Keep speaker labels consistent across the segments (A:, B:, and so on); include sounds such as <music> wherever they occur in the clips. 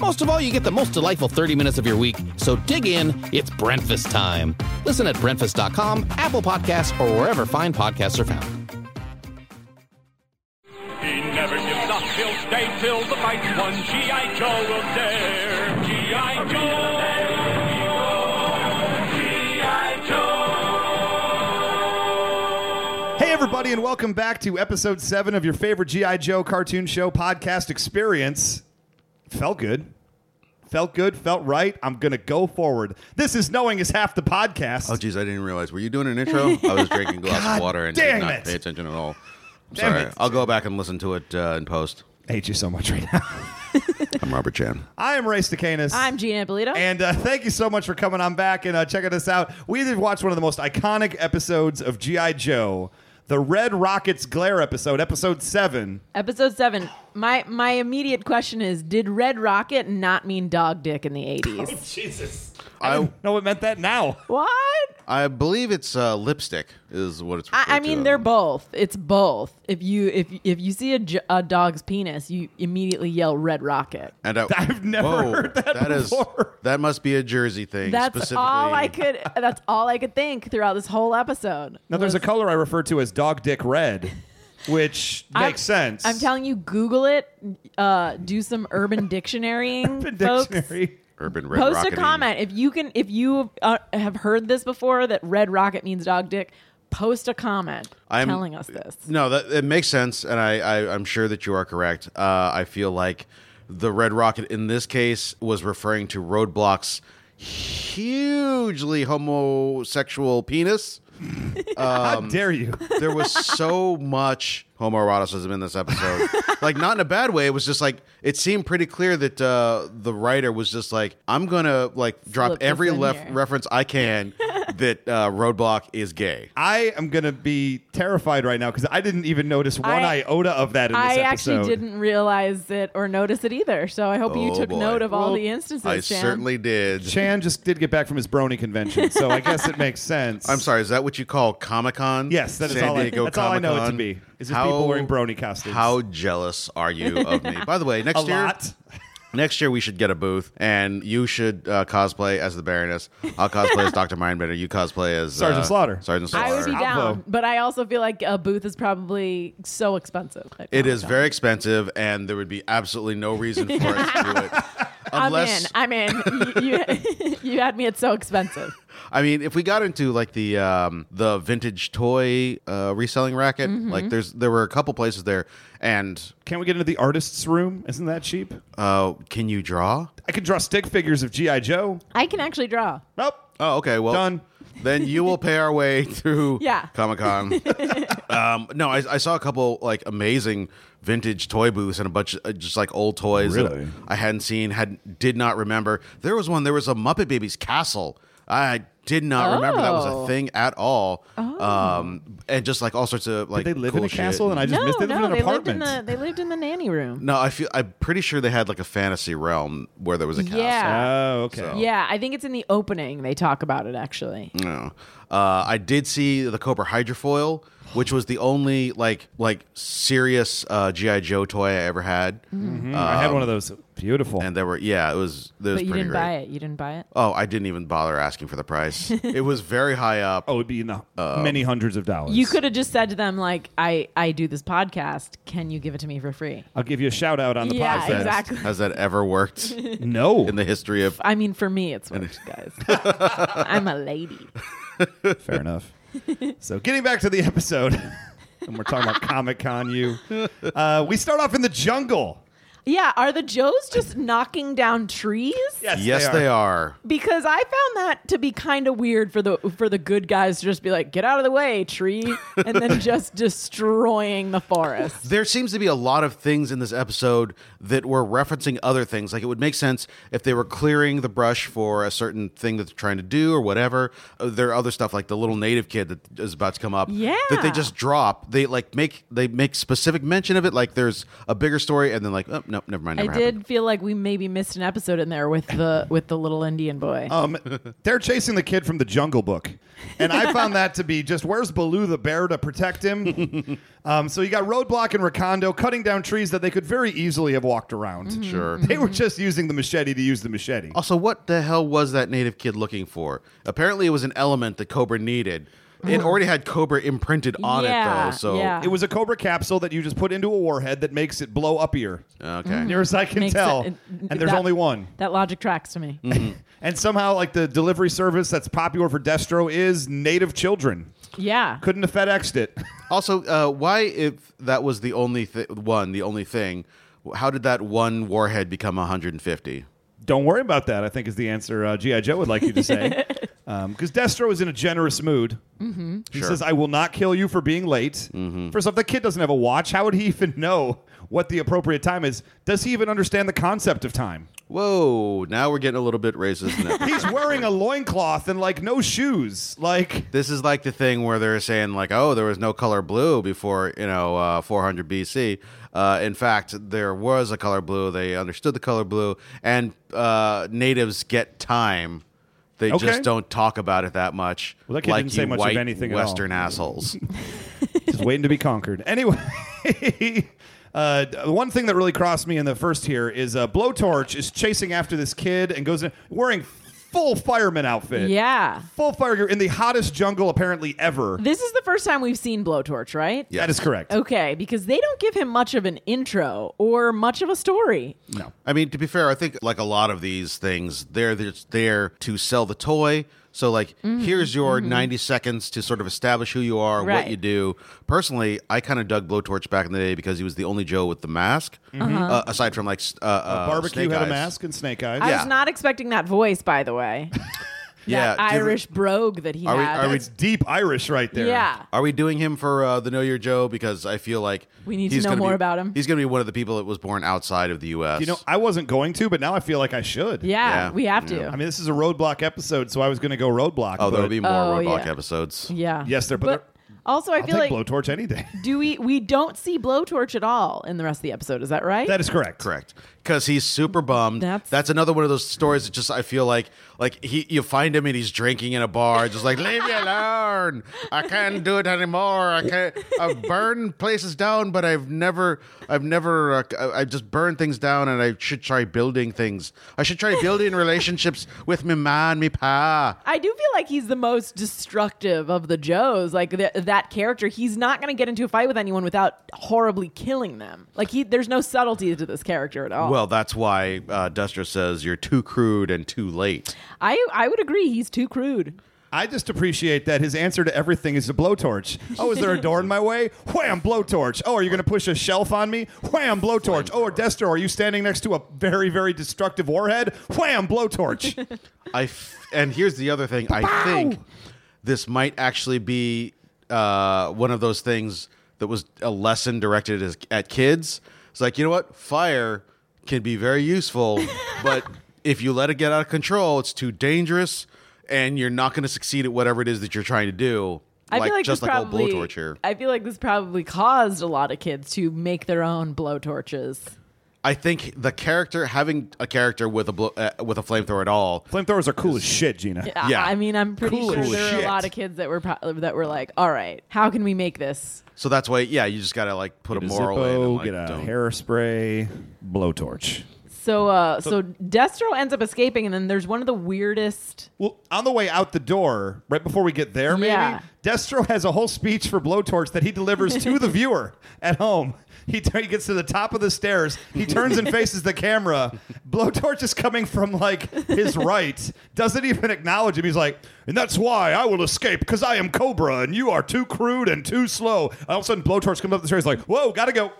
A: Most of all, you get the most delightful 30 minutes of your week. So dig in, it's breakfast time. Listen at breakfast.com, Apple Podcasts, or wherever fine podcasts are found.
B: He never gives up, he'll stay till the fight's won. G.I. Joe will dare. G.I. Joe! G.I. Joe!
C: Hey, everybody, and welcome back to episode seven of your favorite G.I. Joe cartoon show podcast experience. Felt good. Felt good, felt right. I'm going to go forward. This is Knowing is Half the Podcast.
D: Oh, geez, I didn't realize. Were you doing an
C: <laughs>
D: intro? I was drinking a glass
C: God
D: of water and
C: damn
D: did not
C: it.
D: pay attention at all. I'm
C: Damn
D: sorry.
C: it.
D: I'll go back and listen to it uh, in post.
C: I hate you so much right now. <laughs>
D: I'm Robert Chan.
C: I am Ray Stacanis.
E: I'm Gina Polito.
C: And uh, thank you so much for coming on back and uh, checking us out. We did watch one of the most iconic episodes of G.I. Joe, the Red Rockets Glare episode, episode seven.
E: Episode seven. My my immediate question is: Did Red Rocket not mean dog dick in the eighties?
C: <laughs> Jesus.
D: I
C: No, it meant that now.
E: what?
D: I believe it's uh, lipstick is what it's.
E: I, I
D: referred to.
E: mean, they're both. It's both. If you if if you see a, j- a dog's penis, you immediately yell Red Rocket.
D: And I,
C: <laughs> I've never heard that
D: that is-
C: before.
D: that must be a Jersey thing.
E: That's
D: specifically.
E: all I could. That's all I could think throughout this whole episode.
C: Now, there's a color I refer to as dog dick red, which
E: <laughs> I'm-
C: makes sense.
E: I'm telling you, Google it. Uh, do some urban dictionarying,
C: Urban
E: folks.
C: <laughs> Dictionary.
D: Urban red
E: Post a
D: Rockety.
E: comment if you can. If you uh, have heard this before, that Red Rocket means dog dick. Post a comment
D: I'm-
E: telling us this.
D: No, that it makes sense, and I, I I'm sure that you are correct. Uh, I feel like the Red Rocket in this case was referring to Roadblock's hugely homosexual penis.
C: How dare you?
D: There was so much homoeroticism in this
E: <laughs>
D: episode, like not in a bad way. It was just like it seemed pretty clear that uh, the writer was just like, I'm gonna like drop
E: Slip this
D: every
E: in
D: lef-
E: here.
D: reference I
E: <laughs>
D: can that uh, Roadblock is gay.
C: I am going to be terrified right now because I didn't even notice one
E: I-
C: iota of that in this
E: I
C: episode.
E: actually didn't realize it or notice it either. So I hope you
D: Oh,
E: took
D: boy.
E: note of all
C: Well,
E: the instances.
D: I
E: Shan.
D: certainly did.
C: Chan just did get back from his brony convention, so I guess it
D: <laughs>
C: makes sense.
D: I'm sorry, is that what you call Comic Con?
C: Yes, that is
D: that is
C: all I- that's all I know it to be, is just people wearing brony costumes.
D: How jealous are you of
C: <laughs>
D: me? By the way,
C: A
D: next year,
C: lot.
D: next year we should get a booth, and you should uh, cosplay as the Baroness. I'll cosplay
E: <laughs>
D: as Doctor Mindbender. You cosplay as
C: Sergeant
D: uh,
C: Slaughter.
D: Sergeant Slaughter.
E: I would be
C: Bravo.
E: down, but I also feel like a booth is probably so expensive. oh at
D: It is
E: Comic-Con.
D: very expensive, and there would be absolutely no reason for us to do it.
E: <laughs> I'm
D: Unless,
E: in. <laughs> I'm in. You, you, <laughs> you had me at so expensive.
D: I mean, if we got into like the um, the vintage toy uh, reselling racket,
E: Mm-hmm.
D: like there's there were a couple places there, and
C: Can't we get into the artist's room? Isn't that cheap?
D: uh, can you draw?
C: I can draw stick figures of G.I. Joe.
E: I can actually draw.
C: Nope.
D: Oh, okay. Well,
C: Done.
D: Then you will pay our way <laughs> through
E: Yeah.
D: Comic
E: <laughs>
D: Con. um, no, I, I saw a couple like amazing vintage toy booths and a bunch of uh, just like old toys
C: Really?
D: that I hadn't seen, had did not remember. There was one. There was a Muppet Babies castle. I did not remember that was
E: Oh.
D: a thing at all. Um, and just like all sorts of like
C: Did they live
D: cool
C: in a
D: shit.
C: castle and I just
E: no,
C: missed it? They lived
E: no,
C: in an
E: they lived in
C: apartment.
E: the they lived in the nanny room.
D: no, I feel I'm pretty sure they had like a fantasy realm where there was a castle.
E: Yeah.
C: Oh, okay.
D: So- Mm,
E: Yeah, I think it's in the opening they talk about it actually.
D: No. Uh, I did see the Cobra Hydrofoil, which was the only like like serious uh, GI Joe toy I ever had.
C: Hmm, I had one of those Beautiful.
D: and there were yeah, it was. It was
E: but you
D: pretty
E: didn't
D: great.
E: buy it. You didn't buy it.
D: Oh, I didn't even bother asking for the
E: <laughs>
D: price. it was very high up.
C: oh, it'd be in the many hundreds of dollars.
E: You could have just said to them like, "I I do this podcast. Can you give it to me for free?"
C: I'll give you a shout out on the
E: Yeah,
C: podcast.
E: exactly.
D: Has that ever
E: <laughs>
D: worked in
C: No,
D: the history of?
E: I mean, for me, it's worked,
D: <laughs>
E: guys. I'm a lady.
C: fair enough. So, getting back to the episode, <laughs> and we're talking about Comic Con. You, uh, we start off in the jungle.
E: Yeah, are the Joes just knocking down trees?
D: Yes, they are.
E: Because I found that to be kind of weird for the for the good guys to just be like, "Get out of the way, tree," and
D: <laughs>
E: then just destroying the forest.
D: There seems to be a lot of things in this episode that were referencing other things. Like it would make sense if they were clearing the brush for a certain thing that they're trying to do or whatever. Uh, There are other stuff like the little native kid that is about to come up.
E: Yeah.
D: That they just drop. They like make they make specific mention of it. Like there's a bigger story, and then like oh no, never mind.
E: I
D: Never
E: did feel like we maybe missed an episode in there with the with the little Indian boy.
C: Um, they're chasing the kid from the Jungle Book, and I found that to be just where's Baloo the bear to protect him. <laughs> um, so you got Roadblock and Rakondo cutting down trees that they could very easily have walked around.
D: happened. Sure.
C: They were just using the machete to use the machete.
D: Also, what the hell was that native kid looking for? Apparently, it was an element that Cobra needed.
E: <sighs>
D: It already had Cobra imprinted on
E: Yeah,
D: it, though. So,
E: yeah.
C: It was a Cobra capsule that you just put into a warhead that makes it blow up here.
D: okay.
C: Near as I can
E: Makes
C: tell.
E: it- uh,
C: and there's
E: that-
C: only one.
E: That logic tracks to me.
C: And somehow, like the delivery service that's popular for Destro is native children.
E: <laughs> Yeah.
C: Couldn't have FedExed it. <laughs>
D: Also, uh, why if that was the only th- one, the only thing, how did that one warhead become 150?
C: Don't worry about that, I think is the answer uh, G.I. Joe would like you to
E: <laughs>
C: say. Because Destro is in a generous mood. Mm-hmm. He
D: Sure. Mm-hmm.
C: says, I will not kill you for being late. First off, the kid doesn't have a watch. How would he even <laughs> know what the appropriate time is? Does he even understand the concept of time?
D: Whoa! Now we're getting a little bit racist. Now.
C: <laughs> He's wearing a loincloth and like no shoes. Like,
D: this is like the thing where they're saying like, oh, there was no color blue before you know uh, 400 BC. Uh, in fact, there was a color blue. They understood the color blue, and uh, natives get time. They
C: Okay.
D: just don't talk about it that much.
C: Well, that kid
D: like
C: didn't say
D: you
C: much of
D: white
C: anything at all.
D: Western assholes.
C: just waiting to be conquered. Anyway, <laughs> uh, d- one thing that really crossed me in the first here is uh, Blowtorch is chasing after this kid and goes in wearing full fireman outfit.
E: Yeah.
C: Full fire gear in the hottest jungle apparently ever.
E: This is the first time we've seen Blowtorch, right?
D: Yeah.
C: That is correct.
E: Okay, because they don't give him much of an intro or much of a story.
C: No.
D: I mean, to be fair, I think like a lot of these things, they're just there to sell the toy. So like,
E: Mm,
D: here's your 90 seconds to sort of establish who you are,
E: mm-hmm. Right.
D: what you do. Personally, I kind of dug Blowtorch back in the day because he was the only Joe with the mask.
E: Mm-hmm. Uh-huh.
D: Uh, aside from like s- uh, uh,
C: Barbecue
D: Snake
C: had
D: Eyes.
C: a mask and snake eyes.
E: I
D: Yeah.
E: was not expecting that voice, by
C: <laughs>
E: the way.
D: Yeah,
E: that
D: different-
E: Irish brogue that he
D: Are we-
E: had.
D: are we
C: That's deep Irish right there.
E: yeah.
D: Are we doing him for uh, the Know Your Joe? Because I feel like
E: We need to
D: he's
E: know
D: gonna
E: more
D: be-
E: about him.
D: He's going to be one of the people that was born outside of the U.S.
C: You know, I wasn't going to, but now I feel like I should.
E: yeah,
D: Yeah.
E: we have to.
D: Yeah.
C: I mean, this is a roadblock episode, so I was going to go roadblock.
D: oh, there'll
C: but
D: be more
E: Oh,
D: Roadblock
E: yeah.
D: episodes.
E: yeah.
C: Yes, there- but
E: also I
C: I'll
E: feel like
C: take blowtorch any day. <laughs>
E: do we we don't see Blowtorch at all in the rest of the episode, is that right?
C: That is correct.
D: Correct. Because he's super bummed.
E: That's-
D: That's, another one of those stories that just I feel like like he you find him and he's drinking in a bar, just like leave me alone. I can't do it anymore. I can't. I've burned places down, but I've never, I've never, uh, I- I've just burned things down, and I should try building things. I should try building relationships with me man, me pa.
E: I do feel like he's the most destructive of the Joes. Like th- that character, he's not going to get into a fight with anyone without horribly killing them. Like he, there's no subtlety to this character at all.
D: Well, that's why uh, Duster says you're too crude and too late.
E: I I would agree. He's too crude.
C: I just appreciate that his answer to everything is a blowtorch. Oh, is there a door in my way? Wham, blowtorch. Oh, are you going to push a shelf on me? Wham, blowtorch. Oh, or Destro, are you standing next to a very, very destructive warhead? Wham, blowtorch.
D: I f- and here's the other thing. I think this might actually be uh, one of those things that was a lesson directed as, at kids. It's like you know what, fire can be very
E: <laughs>
D: useful, but if you let it get out of control, it's too dangerous, and you're not going to succeed at whatever it is that you're trying to do.
E: I feel like
D: just
E: this
D: like
E: probably.
D: old blowtorch here.
E: I feel like this probably caused a lot of kids to make their own blowtorches.
D: I think the character having a character with a blow, uh, with a flamethrower at all
C: Flamethrowers are cool as shit, Gina.
E: I-
D: Yeah.
E: I mean, I'm pretty
C: Cool
E: sure
C: as
E: there were
C: shit.
E: a lot of kids that were pro- that were like, "All right, how can we make this?"
D: So that's why, yeah, you just gotta like put a
C: Get a
D: moral in. And,
C: Zippo,
D: like,
C: get a
D: don't-
C: hairspray, blowtorch.
E: So, uh, so Destro ends up escaping, and then there's one of the weirdest.
C: Well, on the way out the door, right before we get there, maybe
E: Yeah.
C: Destro has a whole speech for Blowtorch that he delivers to the viewer at home. He, t- he gets to the top of the stairs. He turns and faces the camera. Blowtorch is coming from like his right. Doesn't even acknowledge him. He's like, and that's why I will escape because I am Cobra and you are too crude and too slow. And all of a sudden, Blowtorch comes up the stairs like, whoa, gotta go.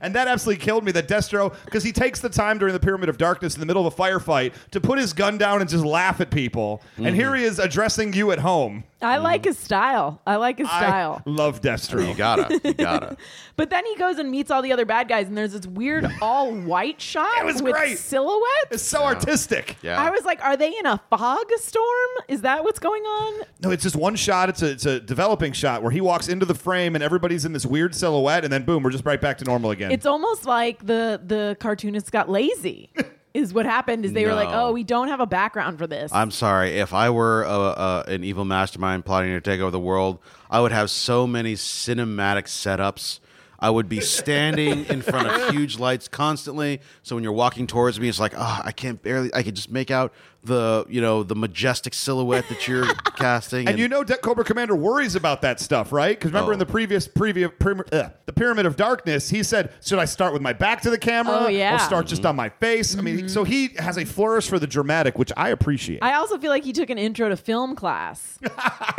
C: And that absolutely killed me that Destro, because he takes the time during the Pyramid of Darkness in the middle of a firefight to put his gun down and just laugh at people.
D: Mm-hmm.
C: And here he is addressing you at home.
E: I
D: Hmm.
E: like his style. I like his style.
C: I love Destro.
D: You gotta, you
E: <laughs>
D: gotta.
E: But then he goes and meets all the other bad guys, and there's this weird all white shot
C: It was
E: with
C: great.
E: silhouettes.
C: It's so artistic.
D: Yeah.
E: I was like, are they in a fog storm? Is that what's going on?
C: No, it's just one shot. It's a, it's a developing shot where he walks into the frame and everybody's in this weird silhouette, and then boom, we're just right back to normal again.
E: It's almost like the the cartoonists got lazy. is what happened. Is they were like,
D: No.
E: oh, we don't have a background for this.
D: I'm sorry. If I were a, a, an evil mastermind plotting to take over the world, I would have so many cinematic setups. I would be standing in front of
C: <laughs>
D: huge lights constantly. So when you're walking towards me, it's like, oh, I can't barely. I could just make out the, you know, the majestic silhouette that you're
C: <laughs>
D: casting.
C: And you know, De- Cobra Commander worries about that stuff, right? Because remember,
D: Oh.
C: in the previous preview, pyram- uh, the Pyramid of Darkness, he said, "Should I start with my back to the camera,
E: Oh, yeah. Mm-hmm.
C: or start just on my face?" I mean, so he has a flourish for the dramatic, which I appreciate.
E: I also feel like he took an intro to
C: <laughs>
E: film class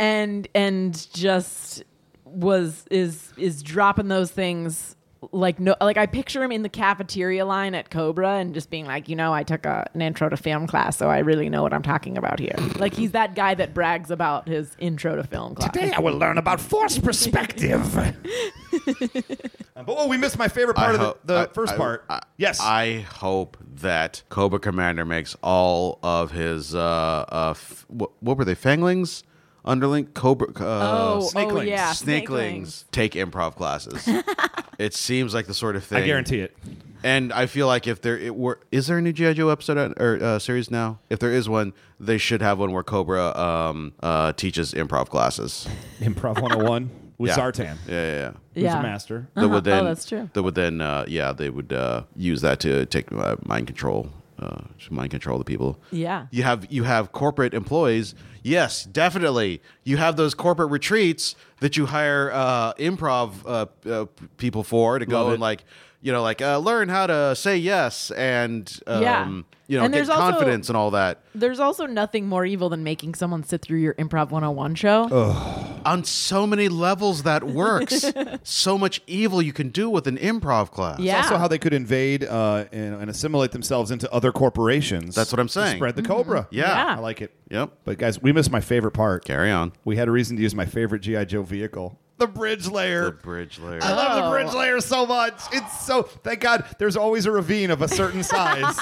E: and and just was is is dropping those things like no like I picture him in the cafeteria line at Cobra and just being like, you know, I took a, an intro to film class, so I really know what I'm talking about here. like he's that guy that brags about his intro to film class.
C: Today, I will learn about force
E: <laughs>
C: perspective. Uh, but oh, we missed my favorite part of
D: hope-
C: the, the
D: I-
C: first
D: I-
C: part.
D: I-
C: yes,
D: I hope that Cobra Commander makes all of his uh, uh f- what, what were they fanglings, underling Cobra. Uh,
E: oh, oh
C: snakelings.
E: yeah,
D: snakelings take improv classes.
E: <laughs>
D: it seems like the sort of thing.
C: I guarantee it.
D: And I feel like if there it were, is there a new GI Joe episode out, or uh, series now? If there is one, they should have one where Cobra um, uh, teaches improv classes.
C: Improv 101 with
D: Yeah.
C: Zartan,
D: Yeah, yeah. yeah.
E: snakelings.
C: who's
E: Yeah.
C: a master.
D: That would
E: Uh-huh. Oh,
D: then,
E: that's true.
D: That would then, uh, yeah, they would uh, use that to take uh, mind control, uh, to mind control the people.
E: Yeah.
D: You have you have corporate employees. Yes, definitely. You have those corporate retreats that you hire uh, improv uh, uh, p- people for to go and like you know like uh, learn how to say yes and um,
E: Yeah.
D: you know get
E: And there's also-
D: confidence and all that.
E: There's also nothing more evil than making someone sit through your improv 101 show.
D: On so many levels, that
E: <laughs>
D: works. so much evil you can do with an improv class.
E: Yeah.
C: It's also how they could invade uh, and, and assimilate themselves into other corporations.
D: That's what I'm
C: to
D: saying. Mm-hmm.
C: Spread the cobra.
D: Yeah.
C: I like it.
D: Yep.
C: But guys, we missed my favorite part.
D: Carry on.
C: We had a reason to use my favorite GI Joe vehicle, the bridge layer.
D: The bridge layer.
C: I love
E: Oh.
C: the bridge layer so much. It's so thank God. There's always a ravine of a certain
E: <laughs>
C: size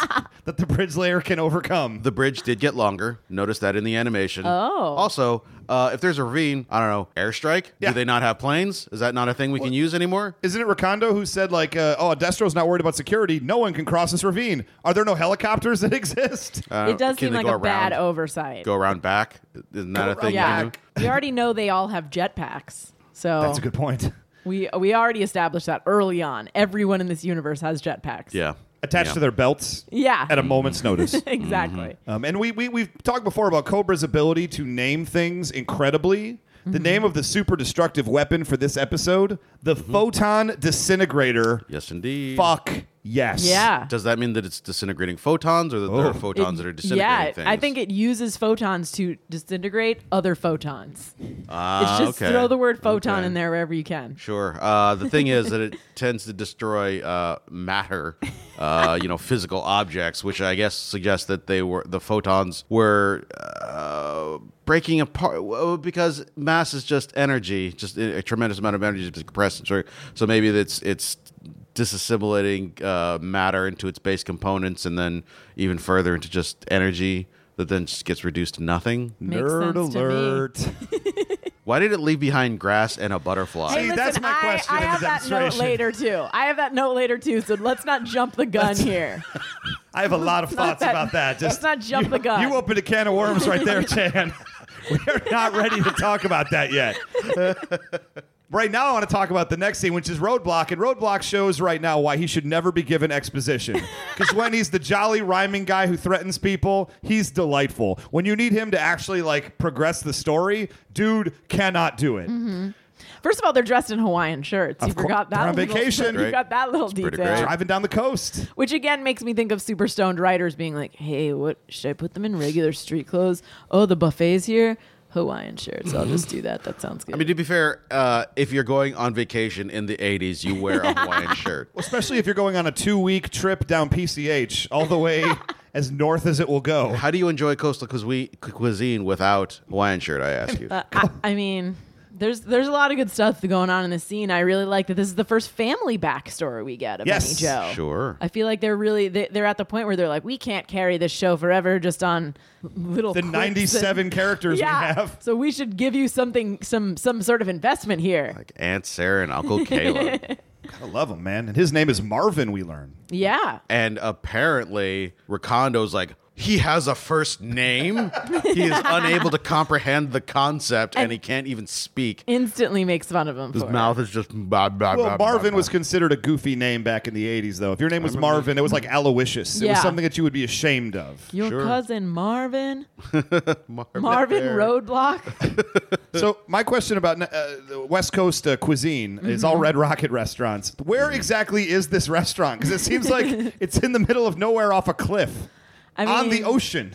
C: that the bridge layer can overcome.
D: The bridge did get longer. Notice that in the animation. Oh. Also, uh, if there's a ravine, I don't know, airstrike.
C: Yeah.
D: Do they not have planes? Is that not a thing we can use anymore?
C: Isn't it Ricondo who said like, uh, "Oh, Destro's not worried about security. No one can cross this ravine. Are there no helicopters that <laughs> exist?"
D: I don't-
E: it does
D: can
E: seem
D: they
E: like
D: go
E: a bad
D: around-
E: oversight.
D: Go around back. Isn't that a
C: around
D: thing? you
E: Yeah,
D: can do?
E: we already know they all have jetpacks. So
C: That's a good point.
E: we we already established that early on. Everyone in this universe has jetpacks.
D: Yeah.
C: Attached
D: Yeah.
C: to their belts.
E: Yeah.
C: At a moment's notice.
E: <laughs> exactly.
D: Mm-hmm.
C: Um, and we, we, we've talked before about Cobra's ability to name things incredibly. The
D: Mm-hmm.
C: name of the super destructive weapon for this episode, the photon disintegrator.
D: Mm-hmm. Yes, indeed.
C: Fuck yes.
E: Yeah.
D: Does that mean that it's disintegrating photons or that there
C: Oh.
D: are photons that are disintegrating
E: yeah,
D: things?
E: I think it uses photons to disintegrate other photons.
D: Ah,
E: It's just
D: okay.
E: throw the word photon
D: Okay.
E: in there wherever you can.
D: Sure. Uh, the thing is that it tends to destroy uh, matter, uh, you know, physical objects, which I guess suggests that they were the photons were uh, breaking apart well, because mass is just energy, just a a tremendous amount of energy is compressed. and sort- So maybe it's it's disassimilating uh, matter into its base components, and then even further into just energy that then just gets reduced to nothing.
E: Makes
C: Nerd
E: sense to me.
C: alert.
E: <laughs>
D: Why did it leave behind grass and a butterfly?
E: Hey,
C: See,
E: listen,
C: that's my
E: I-
C: question
E: I,
C: in the
E: have that note
C: demonstration.
E: later too. I have that note later too. So let's not jump
D: <laughs>
E: the gun here.
C: I have a lot of thoughts
E: that-
C: about that.
E: let's
C: Just
E: not jump
C: you,
D: <laughs>
E: the gun.
C: You opened a can of <laughs> worms right there, Chan. We're not ready to talk about that yet. <laughs> Right now, I want to talk about the next scene, which is Roadblock. And Roadblock shows right now why he should never be given exposition. Because when he's the jolly rhyming guy who threatens people, he's delightful. When you need him to actually like progress the story, dude cannot do it.
E: First of all, they're dressed in Hawaiian shirts. you
C: Of cour-
E: forgot that.
C: they're on
E: little-
C: vacation.
E: <laughs> You got that little
D: pretty
E: detail,
D: great.
C: Driving down the coast.
E: which again makes me think of super stoned writers being like, "Hey, what should I put them in? Regular street clothes? Oh, the buffet's here. Hawaiian shirts. I'll just do that.
C: <laughs>
E: That sounds good."
D: I mean, to be fair, uh, if you're going on vacation in the 80s, you wear
E: <laughs>
D: a Hawaiian shirt.
C: Especially if you're going on a two week trip down PCH, all the way as north as it will go.
D: How do you enjoy coastal cuisine, cuisine without Hawaiian shirt? I ask you.
E: I, I mean, there's there's a lot of good stuff going on in the scene. I really like that this is the first family backstory we get of
C: Yes,
E: any Joe.
D: Sure.
E: I feel like they're really they, they're at the point where they're like, we can't carry this show forever just on little
C: The
E: quips and-
C: 97 characters we have.
E: So we should give you something, some some sort of investment here.
D: Like Aunt Sarah and Uncle
E: <laughs>
D: Caleb.
C: I love him, man. And his name is Marvin, we learn.
E: Yeah.
D: And apparently, Ricondo's like, he has a first name. he
E: <laughs>
D: is unable to comprehend the concept and, he can't even speak.
E: Instantly makes fun of him.
D: His
E: for it.
D: mouth is just. Blah, blah,
C: Well,
D: blah, blah,
C: Marvin
D: blah.
C: was considered a goofy name back in the 80s, though. If your name was Marvin, it was like Aloysius. It was
E: Yeah.
C: something that you would be ashamed of.
E: Your
D: Sure.
C: <laughs>
E: cousin Marvin. Marvin
D: Bear.
E: Roadblock.
C: So, my question about uh, the West Coast uh, cuisine is
E: Mm-hmm.
C: all Red Rocket restaurants. Where exactly is this restaurant? Because it seems
E: <laughs>
C: like it's in the middle of nowhere off a cliff
E: I mean,
C: on the ocean.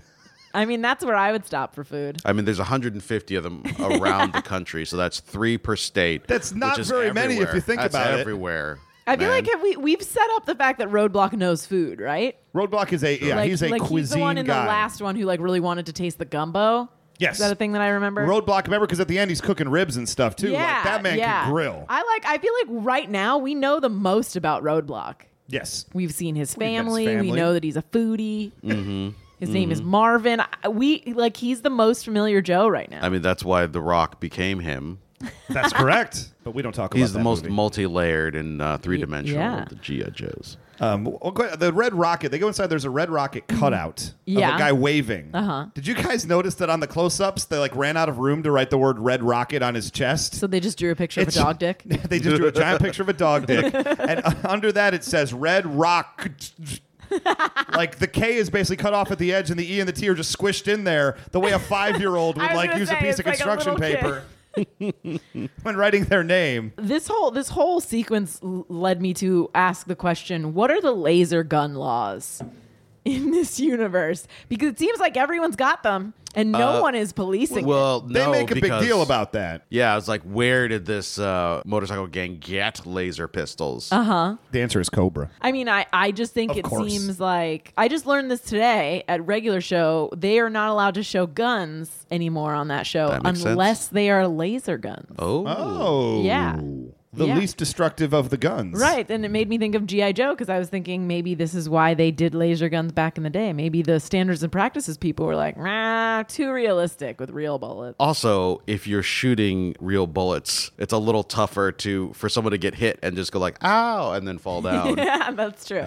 E: I mean, that's where I would stop for food.
D: I mean, there's 150 of them around
E: <laughs>
D: the country, so that's three per state.
C: That's not
D: which is
C: very many if
D: everywhere.
C: you think
D: That's
C: about it.
D: everywhere.
E: I feel
D: man.
E: like have we we've set up the fact that Roadblock knows food, right?
C: Roadblock is a yeah,
E: like,
C: he's a
E: like
C: cuisine
E: he's the one in
C: guy.
E: the last one who like really wanted to taste the gumbo.
C: Yes.
E: Is that a thing that I remember?
C: Roadblock, remember? Because at the end he's cooking ribs and stuff too. like that man can grill.
E: I like. I feel like right now we know the most about Roadblock.
C: yes.
E: We've seen his
C: met his
E: family. We
C: family. Mm-hmm.
E: know that he's a foodie. His name is Marvin. I- We like he's the most familiar Joe right now.
D: I mean, that's why The Rock became him.
C: That's
E: <laughs>
C: correct. But we don't talk about
D: He's the
C: that
D: most
C: movie.
D: multi-layered and uh, three-dimensional
E: yeah.
D: of the G.I. Joes.
C: Um, well, go- the red rocket. They go inside. There's a red rocket cutout of
E: Mm-hmm. Yeah.
C: a guy waving. Uh-huh. Did you guys notice that on the close-ups they like ran out of room to write the word red rocket on his chest?
E: so they just drew a picture of a
C: It's-
E: dog
C: <laughs>
E: dick.
C: they just drew a giant picture of a dog
E: <laughs>
C: dick, and uh, under that it says red rock. like the K is basically cut off at the edge, and the E and the T are just squished in there, the way a five-year-old
E: <laughs> I
C: would
E: was
C: like
E: gonna
C: use a
E: say,
C: piece of
E: it's like a
C: construction
E: little kid.
C: paper
E: <laughs>
C: <laughs> when writing their name.
E: This whole this whole sequence l- led me to ask the question: What are the laser gun laws? In this <laughs> universe, because it seems like everyone's got them and no one is policing. it.
D: Uh, Well,
C: They
D: no,
C: make a big
D: because-
C: deal about that.
D: Yeah, it's like, where did this uh, motorcycle gang get laser pistols? Uh-huh.
C: The answer is Cobra.
E: I mean, I, I just think
C: Of
E: it
C: course.
E: seems like I just learned this today at regular show. They are not allowed to show guns anymore on that show
D: That makes
E: unless
D: sense.
E: they are laser guns.
D: Oh,
C: Oh,
E: Yeah.
C: The
E: Yeah.
C: least destructive of the guns,
E: Right, and it made me think of GI Joe because I was thinking maybe this is why they did laser guns back in the day. Maybe the standards and practices people were like, nah, too realistic with real bullets. <laughs>
D: Also, if you're shooting real bullets, it's a little tougher to for someone to get hit and just go like "ow" and
C: <laughs>
D: then fall down.
E: yeah, that's true.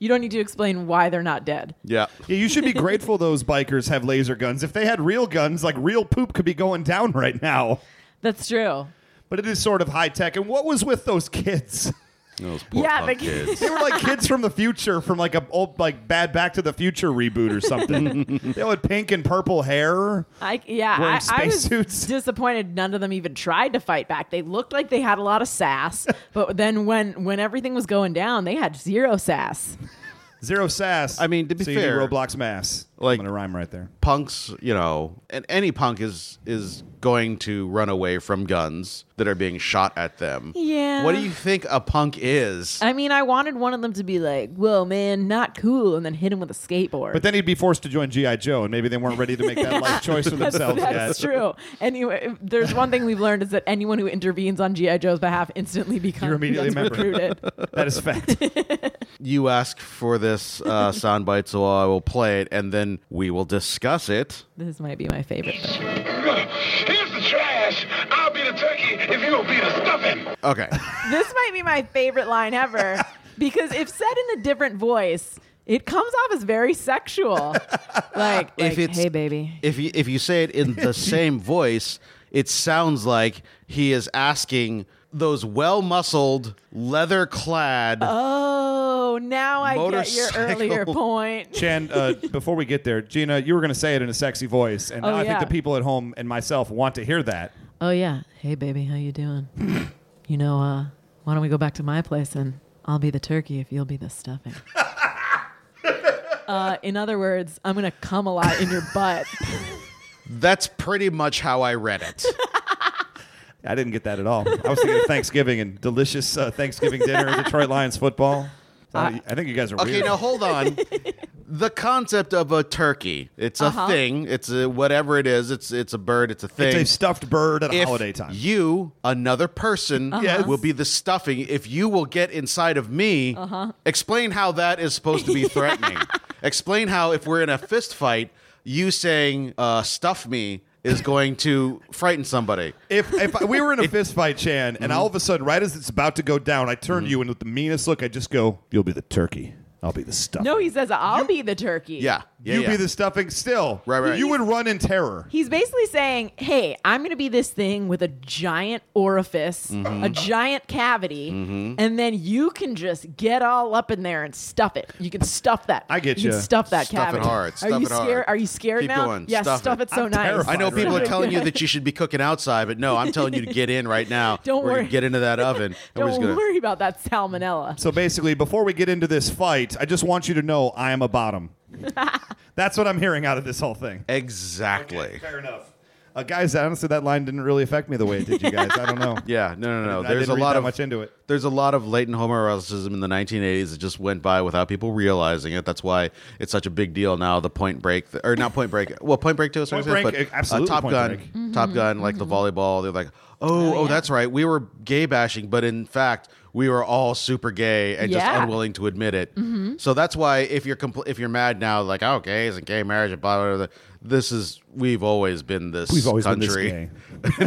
E: You don't need to explain why they're not dead.
D: yeah.
C: Yeah, you
E: <laughs>
C: should be grateful those bikers have laser guns. If they had real guns, like real poop could be going down right now.
E: That's true.
C: But it is sort of high tech. And what was with those kids? <laughs>
D: Those poor
E: Yeah,
D: punk
E: the-
D: kids.
C: They were like kids from the future, from like a old like bad Back to the Future reboot or something.
E: <laughs>
C: they all had pink and purple hair.
E: <laughs> I yeah,
C: Wearing
E: I, I was
C: spacesuits.
E: <laughs> disappointed. None of them even tried to fight back. They looked like they had a lot of sass, but then when when everything was going down, they had zero sass.
C: Zero sass.
D: I mean, to be
C: so you
D: fair,
C: need Roblox mass.
D: like-
C: I'm gonna rhyme right there.
D: punks, you know, and any punk is is going to run away from guns that are being shot at them.
E: Yeah.
D: What do you think a punk is?
E: I mean, I wanted one of them to be like, "Whoa, man, not cool," and then hit him with a skateboard.
C: But then he'd be forced to join GI Joe, and maybe they weren't ready to make that
E: <laughs>
C: life choice for themselves
E: that's
C: yet.
E: true. Anyway, if there's one thing we've learned is that anyone who intervenes on GI Joe's behalf instantly becomes
C: You're immediately a
E: gets
C: member.
E: recruited.
C: That is fact.
D: You ask for this uh, soundbite, so I will play it, and then we will discuss it.
E: this might be my favorite thing.
F: Here's the trash. I'll be the turkey if you'll be the stuffing.
D: Okay.
E: This might be my favorite line ever because if said in a different voice, it comes off as very sexual.
C: <laughs>
E: Like, like,
D: it's-
E: hey, baby.
D: if you if you say it in the same voice, it sounds like he is asking those well muscled, leather clad.
E: Oh, now I get your
D: Motorcycle.
C: <laughs>
E: earlier point.
C: Chen, uh, before we get there, Gina, you were going to say it in a sexy voice, and
E: Oh,
C: now I
E: yeah.
C: think the people at home and myself want to hear that.
E: Oh yeah. Hey baby, how you doing? you know, uh, why don't we go back to my place and I'll be the turkey if you'll be the stuffing. uh, in other words, I'm gonna come a lot in your butt.
D: That's pretty much how I read it.
C: I didn't get that at all. I was thinking of Thanksgiving and delicious uh, Thanksgiving dinner and Detroit Lions football. So I, think you guys are
D: Okay,
C: weird.
D: now hold on. The concept of a turkey. It's a thing. It's a, whatever it is. It's it's a bird. It's a
C: it's
D: thing.
C: a stuffed bird at a
D: if
C: holiday time. Uh-huh.
D: You, another person,
C: Yes.
D: will be the stuffing. If you will get inside of me,
E: Uh-huh.
D: explain how that is supposed to
E: <laughs>
D: be threatening. explain how, if we're in a fist fight, you saying uh, "stuff me" is going to frighten somebody.
C: if if I- we
D: <laughs>
C: were in a fist fight, Chan,
D: Mm-hmm.
C: and all of a sudden, right as it's about to go down, I turn to you and with the meanest look, I just go, "You'll be the turkey. I'll be the stuffing."
E: No, he says I'll be the turkey.
D: Yeah, yeah
C: you
D: yeah.
C: be the stuffing. Still,
D: Right, right.
C: You would run in terror.
E: He's basically saying, "Hey, I'm going to be this thing with a giant orifice,
D: Mm-hmm.
E: a giant cavity, and then you can just get all up in there and stuff it. You can stuff that.
C: I get
E: you.
C: ya.
E: Can stuff that
D: Stuff it
E: cavity.
D: hard.
E: Are
D: Stuff
E: you
D: it hard.
E: scared? Are you scared
D: Keep
E: now?
D: going.
E: Yeah,
D: Stuff
E: stuff
D: it.
E: it so
C: I'm
E: nice.
C: terrified
D: I know
C: Right,
D: people are
C: right. <laughs>
D: telling you that you should be cooking outside, but no, I'm telling you to get in right now.
E: Don't
D: We're gonna
E: worry.
D: Get into that oven. and we're
E: <laughs> Don't
D: just gonna-
E: worry about that salmonella.
C: So basically, before we get into this fight, I just want you to know I am a
E: <laughs>
C: bottom. That's what I'm hearing out of this whole thing.
D: Exactly.
C: Fair enough. Uh, guys, honestly, that line didn't really affect me the way it did you guys. I don't
D: <laughs>
C: know.
D: Yeah, no, no, no.
C: didn't- I
D: There's
C: didn't
D: a
C: read
D: lot
C: that
D: of
C: much into it.
D: There's a lot of latent homoeroticism in the 1980s that just went by without people realizing it. That's why it's such a big deal now. The Point Break, or not Point Break, well, Point Break to a certain
C: Point
D: extent,
C: Break,
D: but uh,
C: absolutely
D: Top
C: Point
D: Gun,
C: Break.
D: Top
E: Mm-hmm.
D: Gun, like the volleyball. They're like, oh, oh, that's right. We were gay bashing, but in fact, we were all super gay and just
E: Yeah. Mm-hmm.
D: unwilling to admit it. So that's why if you're compl- if you're mad now, like, oh, gays and gay marriage and blah blah blah. This is we've always been this
C: We've always been this
D: country.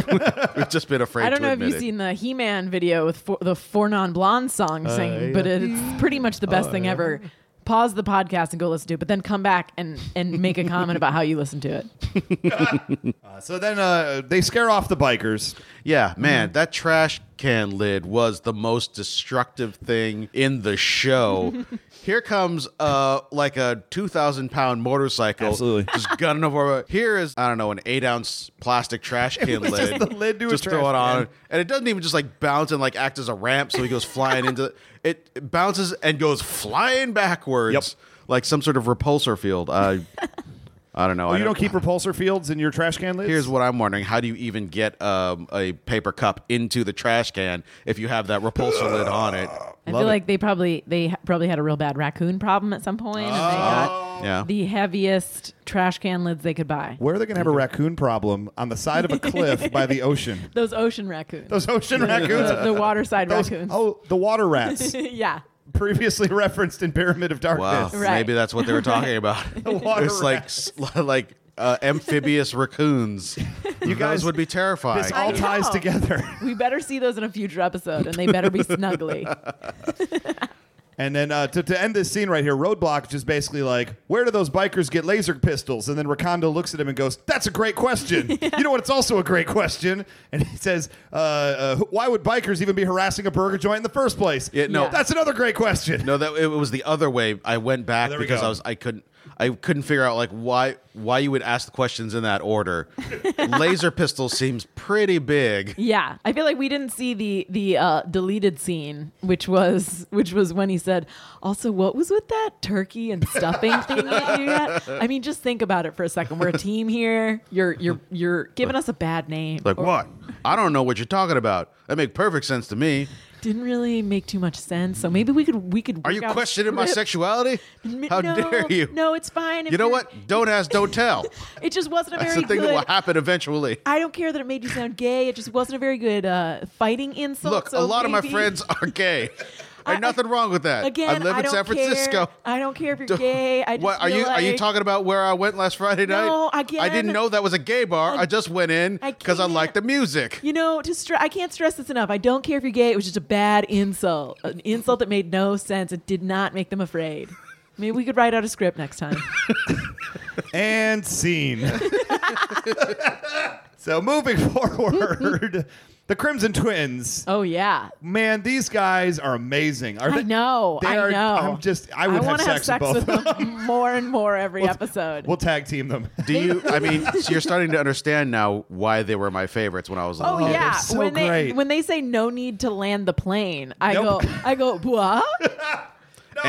C: gay.
D: <laughs> We've just been afraid.
E: I don't
D: to
E: know if
D: admit
E: you've
D: it.
E: seen the He-Man video with four, the Four Non Blondes song
D: Uh,
E: singing, but it's pretty much the best thing ever. Pause the podcast and go listen to it, but then come back and and make a comment about how you listen to it.
C: Uh, so then uh, they scare off the bikers.
D: Yeah,
C: Mm.
D: man, that trash can lid was the most destructive thing in
C: <laughs>
D: the show. Here comes uh like a two thousand pound motorcycle,
C: Absolutely.
D: just gunning over. Here is I don't know an eight ounce plastic trash can
C: was
D: lid.
C: just the lid to a
D: just throw
C: trash
D: it on,
C: can.
D: and it doesn't even just like bounce and like act as a ramp, so he goes flying
C: <laughs>
D: into it. it bounces and goes flying backwards,
C: Yep.
D: like some sort of repulsor field. I I don't know.
C: Oh,
D: I
C: you don't keep repulsor fields in your trash can lids.
D: Here's what I'm wondering: How do you even get um, a paper cup into the trash can if you have that repulsor lid on it?
E: I
D: Love
E: feel
D: it.
E: like they probably they ha- probably had a real bad raccoon problem at some point, and they got
D: yeah.
E: the heaviest trash can lids they could buy.
C: Where are they going to have a raccoon problem on the side of a
E: <laughs>
C: cliff by the ocean?
E: Those ocean raccoons,
C: Those ocean
E: <laughs> the,
C: raccoons.
E: the waterside
C: Those-
E: raccoons.
C: oh, the water
E: <laughs>
C: rats,
E: yeah,
C: previously referenced in Pyramid of
D: wow,
C: Darkness.
E: Right.
D: maybe that's what they were talking
E: <laughs>
D: about.
C: water
D: it's like s- like uh, amphibious raccoons. You
C: guys-
D: guys would be terrifying.
C: This all
E: know.
C: ties together. <laughs>
E: we better see those in a future episode, and they better be snuggly.
C: And then uh, to, to end this scene right here, Roadblock is just basically like, where do those bikers get laser pistols? And then Rakondo looks at him and goes, that's a great
E: <laughs>
C: question. You know what? It's also a great question. And he says, uh, uh, wh- why would bikers even be harassing a burger joint in the first place?
D: Yeah, no.
E: Yeah.
C: That's another great question.
D: no, that it was the other way. I went back
C: There we
D: because
C: go.
D: I was I couldn't I couldn't figure out like why why you would ask the questions in that
E: <laughs>
D: order. Laser pistol seems pretty big.
E: Yeah, I feel like we didn't see the the uh, deleted scene, which was which was when he said, "Also, what was with that turkey and stuffing thing that you got?" I mean, just think about it for a second. We're a team here. You're you're you're giving us a bad name.
D: Like
E: Or-
D: what? I don't know what you're talking about. That make perfect sense to me.
E: Didn't really make too much sense. So maybe we could we could.
D: Are
E: work
D: you
E: out a
D: questioning my
E: script.
D: sexuality?
E: M-
D: How
E: no,
D: dare you?
E: No, it's fine. if
D: You know
E: you're-
D: what? Don't ask,
E: <laughs>
D: don't tell.
E: It just wasn't a
D: That's
E: very
D: the thing
E: good.
D: that will happen eventually.
E: I don't care that it made you sound gay. It just wasn't a very good uh, fighting insult.
D: Look, a
E: so
D: lot of my
E: maybe-
D: friends are gay.
E: I-
D: Ain't nothing wrong with that.
E: Again,
D: I live in
E: don't
D: San Francisco.
E: Care. I don't care if you're
D: Don't-
E: gay. I just
D: what are
E: feel
D: you? Are you
E: like-
D: talking about where I went last Friday night?
E: No, again,
D: I didn't know that was a gay bar. I,
E: I-
D: just went in
E: I
D: because I,
E: can't-
D: liked the music.
E: You know, to stre- I can't stress this enough. I don't care if you're gay. It was just a bad insult, an insult that made no sense. It did not make them afraid. Maybe we could write out a script next time.
D: <laughs>
C: and scene. so moving forward, The Crimson Twins.
E: Oh yeah.
C: Man, these guys are amazing. Are
E: I
C: they-
E: know.
C: They
E: I
C: are,
E: know.
C: I'm just. I would have,
E: wanna
C: sex with both.
E: with them more and more every episode.
C: We'll tag team them.
D: Do you?
E: <laughs>
D: I mean, so you're starting to understand now why they were my favorites when I was.
E: Oh,
D: little.
E: yeah,
C: so
E: when they
C: great.
E: when they say no need to land the plane, I
C: Nope.
E: go I go what?
D: Eh.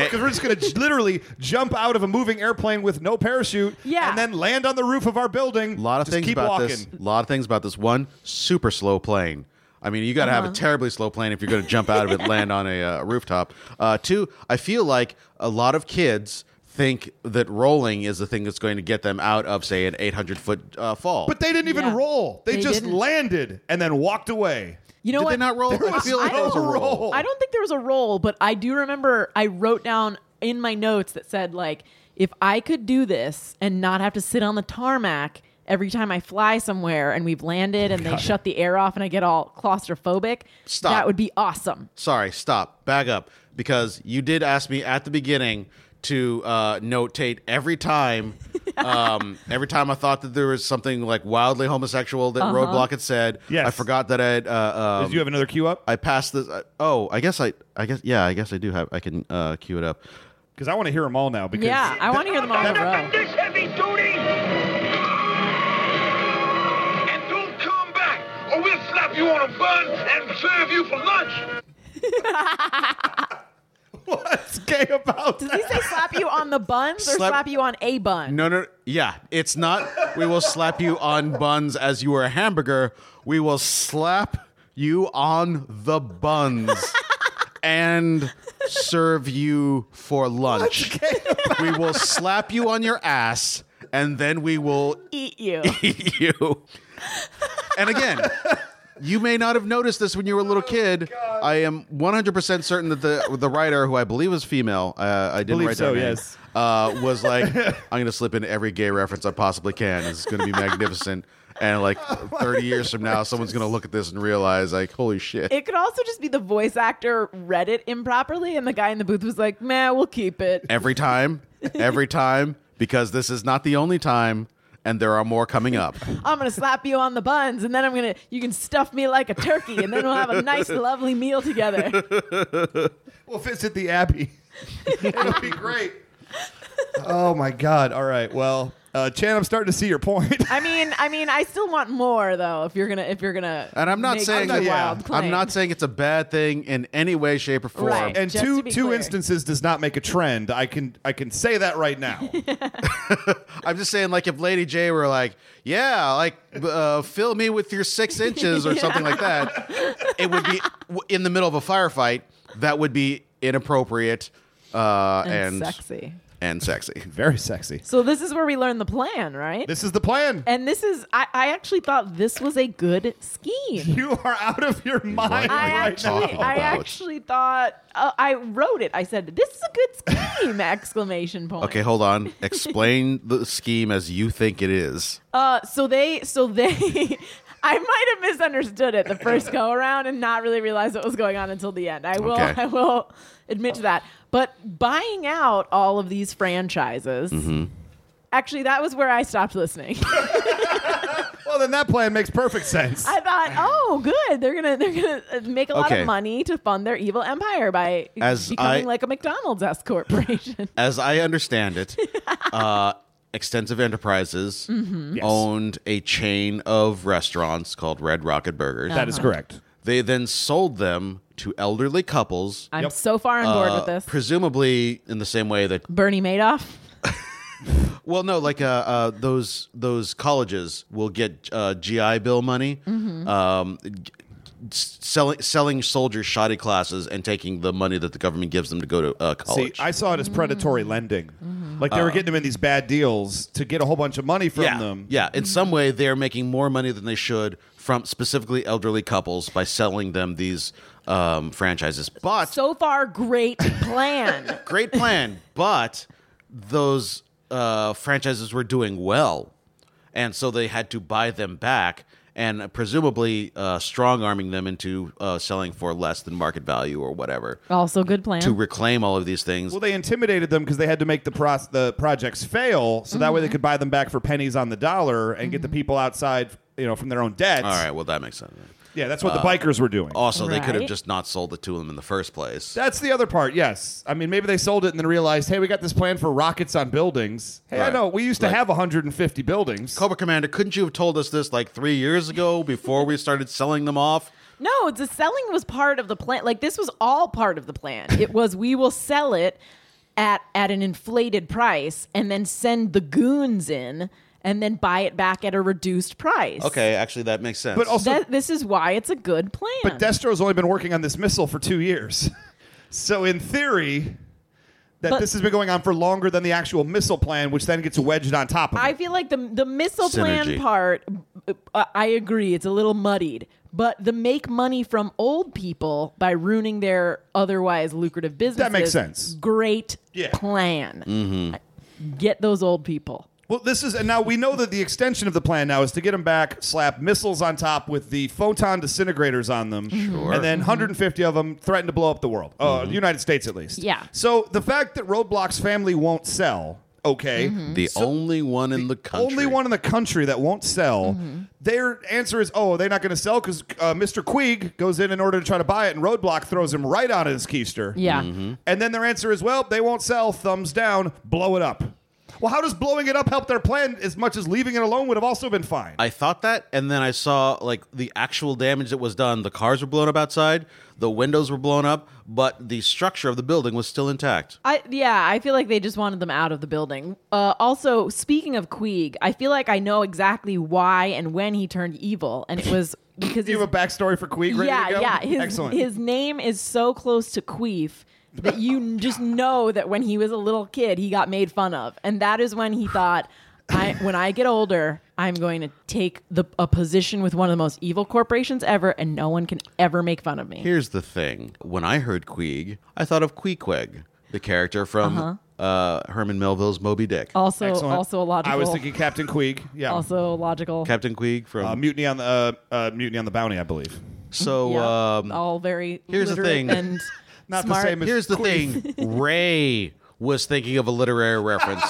C: because Oh, we're just going to literally jump out of a moving airplane with no parachute
E: Yeah.
C: and then land on the roof of our building.
D: A lot of
C: just
D: things
C: keep
D: about
C: walking.
D: this. A lot of things about this. One, super slow plane. I mean, you got to have a terribly slow plane if you're going to jump out of it, land on a uh, rooftop. Uh, two, I feel like a lot of kids think that rolling is the thing that's going to get them out of, say, an 800 foot uh, fall.
C: But they didn't even
E: Yeah.
C: roll. They,
E: They
C: just
E: didn't.
C: landed and then walked away.
E: You know
D: did
E: what?
D: they not roll?
C: There
D: I
C: was
D: feel like
C: no
D: that was a roll.
C: roll.
E: I don't think there was a roll, but I do remember I wrote down in my notes that said like if I could do this and not have to sit on the tarmac every time I fly somewhere and we've landed and they shut the air off and I get all claustrophobic,
D: Stop.
E: that would be awesome.
D: Sorry, stop, back up, because you did ask me at the beginning to uh, notate every time, um, every time I thought that there was something like wildly homosexual that Roadblock had said.
C: Yes.
D: I forgot that I uh,
C: Did you have
D: um,
C: another cue up?
D: I passed this. I, oh, I guess I, I guess yeah, I guess I do have. I can uh, cue it up. <laughs>
C: Because I want to hear them all now. Because
E: Yeah, I want to hear them all in a row.
F: This heavy duty. And don't come back, or we'll slap you on a bun and serve you for lunch.
C: what's gay about
E: Does
C: that?
E: he say slap you on the buns or
D: Slap-
E: slap you on a bun?
D: No, no, yeah, it's not. We will slap you on buns as you were a hamburger. We will slap you on the buns and serve you for lunch. We will slap you on your ass and then we will
E: Eat you.
D: eat <laughs> you. And again, you may not have noticed this when you were a
E: Oh,
D: little kid. I am 100% certain that the the writer, who I believe was female, uh, I didn't
C: Believe
D: write down
C: so,
D: her name,
C: yes.
D: uh,
C: <laughs>
D: was like, I'm going to slip in every gay reference I possibly can. It's going to be magnificent. And like 30 years from now, someone's going to look at this and realize, like, holy shit.
E: It could also just be the voice actor read it improperly, and the guy in the booth was like, "Man, we'll keep it."
D: every time, every time, because this is not the only time, and there are more coming up.
E: I'm gonna slap you on the buns, and then I'm gonna you can stuff me like a turkey, and then we'll have a nice, lovely meal together.
C: We'll visit the Abbey. <laughs> It'll be great. Oh my God! All right. Well, uh, Chan, I'm starting to see your
E: <laughs>
C: point.
E: I mean, I mean, I still want more though. If you're gonna, if you're gonna,
D: And I'm not
E: make
D: saying
E: such a
C: yeah,
E: wild claim.
D: I'm not saying it's a bad thing in any way, shape, or form.
E: Right.
C: and
E: Just
C: two
E: to be
C: two
E: clear.
C: instances does not make a trend. I can I can say that right
E: <laughs>
C: now.
D: I'm just saying, like, if Lady J were like, yeah, like, uh, fill me with your six inches or something like that, it would be w- in the middle of a firefight. That would be inappropriate uh,
E: And
D: and,
E: sexy.
D: and sexy.
C: Very sexy.
E: So this is where we learn the plan, right?
C: This is the plan.
E: and this is, I, I actually thought this was a good scheme.
D: <laughs>
C: You are out of your mind
E: I
C: right now.
E: actually,
D: talking
E: I
D: about?
E: actually thought uh, I wrote it. I said, "This is a good scheme!" <laughs> exclamation point.
D: Okay, hold on. Explain the scheme as you think it is.
E: Uh, so they, so they, <laughs> I might have misunderstood it the first go around and not really realize what was going on until the end. I will,
D: Okay.
E: <laughs> I will admit to that. But buying out all of these franchises.
D: Mm-hmm.
E: Actually, that was where I stopped listening. <laughs>
C: Well, then that plan makes perfect sense.
E: I thought, oh, good, they're gonna they're gonna uh, make a lot
D: Okay.
E: of money to fund their evil empire by
D: As
E: becoming
D: I-
E: like a McDonald's S corporation. <laughs>
D: As I understand it, uh, Extensive Enterprises
C: Mm-hmm.
D: owned a chain of restaurants called Red Rocket Burgers.
C: Oh. That is correct.
D: They then sold them to elderly couples.
E: I'm
C: Yep.
E: so far on board with
D: uh,
E: this.
D: Presumably in the same way that
E: Bernie Madoff.
D: well, no, like uh, uh, those those colleges will get uh, GI Bill money,
E: Mm-hmm.
D: um, g- s- selling selling soldiers shoddy classes and taking the money that the government gives them to go to uh,
C: See,
D: college.
C: I saw it as predatory lending. Like they were getting them in these bad deals to get a whole bunch of money from
D: yeah,
C: them.
D: yeah. In some way, they're making more money than they should from specifically elderly couples by selling them these um, franchises. But
E: So far, great plan.
D: <laughs> great plan, but those uh, franchises were doing well, and so they had to buy them back, and presumably uh, strong arming them into uh, selling for less than market value or whatever
E: also, good plan.
D: to reclaim all of these things.
C: Well, they intimidated them because they had to make the pro- the projects fail, so that way they could buy them back for pennies on the dollar and get the people outside, you know, from their own debts.
D: all right, well that makes sense.
C: Yeah, that's what the bikers were doing.
D: Also, they could have
E: Right.
D: just not sold it to them in the first place.
C: That's the other part, yes. I mean, maybe they sold it and then realized, hey, we got this plan for rockets on buildings. Hey, I
D: Right.
C: know, we used to
D: Right.
C: have 150 buildings.
D: Cobra Commander, couldn't you have told us this like three years ago before we started selling them off?
E: No, the selling was part of the plan. Like this was all part of the plan.
C: <laughs>
E: It was we will sell it at at an inflated price and then send the goons in and then buy it back at a reduced price.
D: Okay, actually, that makes sense.
C: But also,
E: That, this is why it's a good plan.
C: but Destro's only been working on this missile for two years. <laughs> so, in theory, that
E: But-
C: this has been going on for longer than the actual missile plan, which then gets wedged on top of it.
E: I feel like the the missile
D: Synergy.
E: plan part. uh, I agree, it's a little muddied. But the make money from old people by ruining their otherwise lucrative business.
C: makes sense.
E: Great
C: Yeah. Mm-hmm.
E: plan. Get those old people.
C: Well, this is, and now we know that the extension of the plan now is to get them back, slap missiles on top with the photon disintegrators on them, and then
E: Mm-hmm.
C: 150 of them threaten to blow up the world, uh, the United States at least.
E: Yeah.
C: So the fact that Roadblock's family won't sell, okay,
E: Mm-hmm.
D: the only one in the, country.
C: only one in the country that won't sell, their answer is, oh, they're not going to sell because uh, Mr. Queeg goes in in order to try to buy it, and Roadblock throws him right on his keister.
E: Yeah.
C: And then their answer is, well, they won't sell. Thumbs down. Blow it up. Well, how does blowing it up help their plan as much as leaving it alone would have also been fine?
D: I thought that, and then I saw like the actual damage that was done. The cars were blown up outside, the windows were blown up, but the structure of the building was still intact.
E: I yeah, I feel like they just wanted them out of the building. Uh, also, speaking of Queeg, I feel like I know exactly why and when he turned evil, and it was because
C: Do <laughs> you
E: his,
C: have a backstory for Queeg ready
E: yeah,
C: to go?
E: yeah, his
C: Excellent.
E: his name is so close to Queef that you just know that when he was a little kid, he got made fun of, and that
C: <sighs>
E: is when he thought, I when I get older, I'm going to take the a position with one of the most evil corporations ever, and no one can ever make fun of me.
D: Here's the thing: when I heard Queeg, I thought of Queequeg, the character from uh Herman Melville's Moby Dick.
E: also,
C: Excellent.
E: also a logical.
C: I was thinking Captain Queeg. Yeah.
E: also logical.
D: Captain Queeg from
C: Uh, mutiny on the uh, uh, mutiny on the bounty, I believe.
D: so.
E: Yeah, Oh,
D: Um,
E: all very
D: here's the
E: literate
D: thing.
E: and
C: Not
E: smart.
C: the same as
D: Here's the
C: Queeg.
D: thing: Ray was thinking of a literary reference,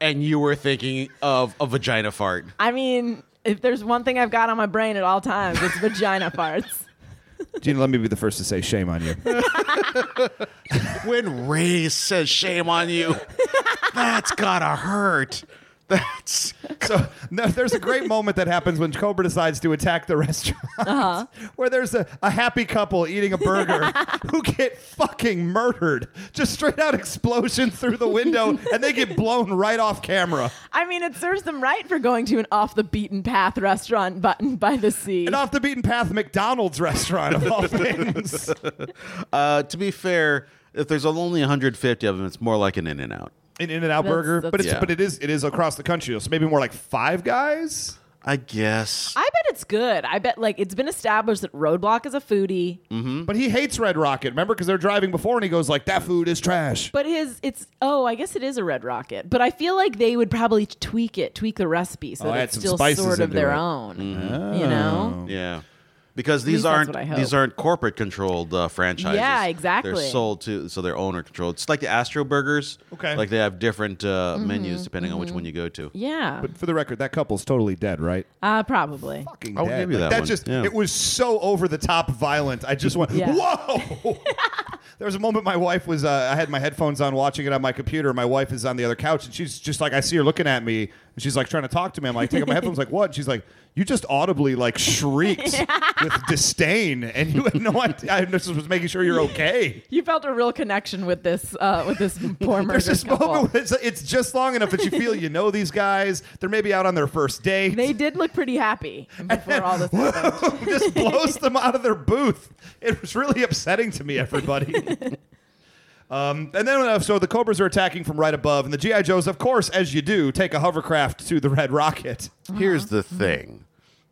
D: and you were thinking of a vagina fart.
E: I mean, if there's one thing I've got on my brain at all times, it's
C: <laughs>
E: vagina farts.
C: <laughs> Gina, let me be the first to say shame on you.
D: When Ray says "shame on
E: <laughs>
D: you," that's gotta hurt. That's
C: So no, there's a great moment that happens when Cobra decides to attack the restaurant,
E: Uh-huh.
C: <laughs> where there's a, a happy couple eating a burger
E: <laughs>
C: who get fucking murdered, just straight out explosion through the window, and they get blown right off camera.
E: I mean, it serves them right for going to an off the beaten path restaurant button by the sea.
C: An off the beaten path McDonald's restaurant of all things.
D: uh, to be fair. If there's only 150 of them, it's more like an in and out.
C: An <laughs> In and Out
E: That's-
C: Burger,
E: that's-
C: but it's
D: Yeah.
C: but it is it is across the country, so maybe more like Five Guys.
D: I guess.
E: I bet it's good. I bet like it's been established that Roadblock is a foodie,
C: But he hates Red Rocket, remember? Because they're driving before, and he goes like, "That food is trash."
E: but his it's oh I guess it is a Red Rocket. But I feel like they would probably tweak it, tweak the recipe so
C: Oh, add
E: that it's
C: some
E: still
C: spices
E: sort of
C: into
E: their
C: it. Mm-hmm. Oh.
E: own. You
C: Ah.
E: know,
D: Yeah. Because these
E: least that's
D: aren't
E: what I hope.
D: these aren't corporate controlled uh, franchises.
E: Yeah, exactly.
D: They're sold to so they're owner controlled. It's like the Astro Burgers.
C: Okay.
D: Like they have different uh, menus depending on which one you go to.
E: Mm-hmm, yeah,
C: But for the record, that couple's totally dead, right?
E: uh, probably.
C: fucking
D: I would
C: dead.
D: give you
C: Like,
D: that one.
C: just
D: Yeah.
C: it was so over the top violent. I just went,
E: Yeah.
C: whoa.
E: <laughs>
C: there was a moment my wife was uh, I had my headphones on watching it on my computer. My wife is on the other couch and she's just like I see her looking at me and she's like trying to talk to me. I'm like taking my headphones like what? And she's like you just audibly like
E: <laughs>
C: shrieked with disdain and you had no idea. I just was making sure you're okay.
E: You felt a real connection with this uh,
C: <laughs>
E: with this poor murder
C: There's this
E: couple.
C: moment where it's, it's just long enough that you feel you know these guys. They're maybe out on their first date.
E: They did look
C: <laughs>
E: pretty happy before all this happened.
C: just blows them out of their booth. It was really upsetting to me,
D: <laughs>
C: everybody. um, and then, uh, so the Cobras are attacking from right above, and the GI Joes, of course, as you do, take a hovercraft to the Red Rocket.
D: Here's
C: Uh-huh.
D: the
C: Mm-hmm.
D: thing.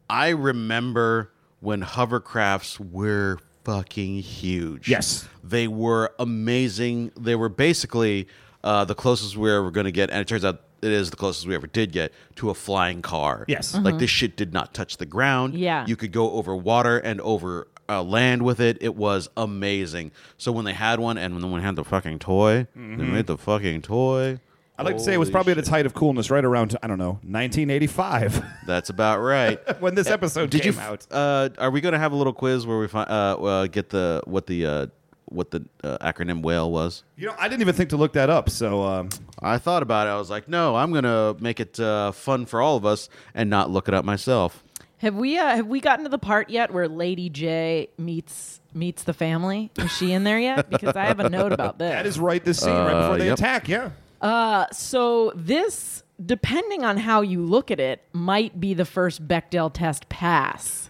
D: I remember when hovercrafts were fucking huge.
C: Yes.
D: They were amazing. They were basically uh, the closest we ever going to get, and it turns out it is the closest we ever did get to a flying car.
C: Yes. Mm-hmm.
D: Like this shit did not touch the ground.
E: Yeah.
D: You could go over water and over uh, land with it. It was amazing. So when they had one, and when they had the fucking toy, they made the fucking toy.
C: I'd Mm-hmm. like to say it was
D: Holy
C: probably at
D: shit.
C: its height of coolness right around, I don't know, 1985
D: That's about right.
C: <laughs> when this episode
D: Did
C: came
D: you? f-
C: out.
D: Uh, are we going to have a little quiz where we find uh, uh, get the what the uh, what the uh, acronym whale was?
C: You know, I didn't even think to look that up. So, um,
D: I thought about it. I was like, no, I'm going to make it uh, fun for all of us and not look it up myself.
E: Have we uh, have we gotten to the part yet where Lady J meets meets the family? Is she in there yet? Because I have a note
C: <laughs>
E: about this.
C: that is right this scene, right before they
D: yep.
C: attack. Yeah.
E: so this, depending on how you look at it, might be the first Bechdel test pass.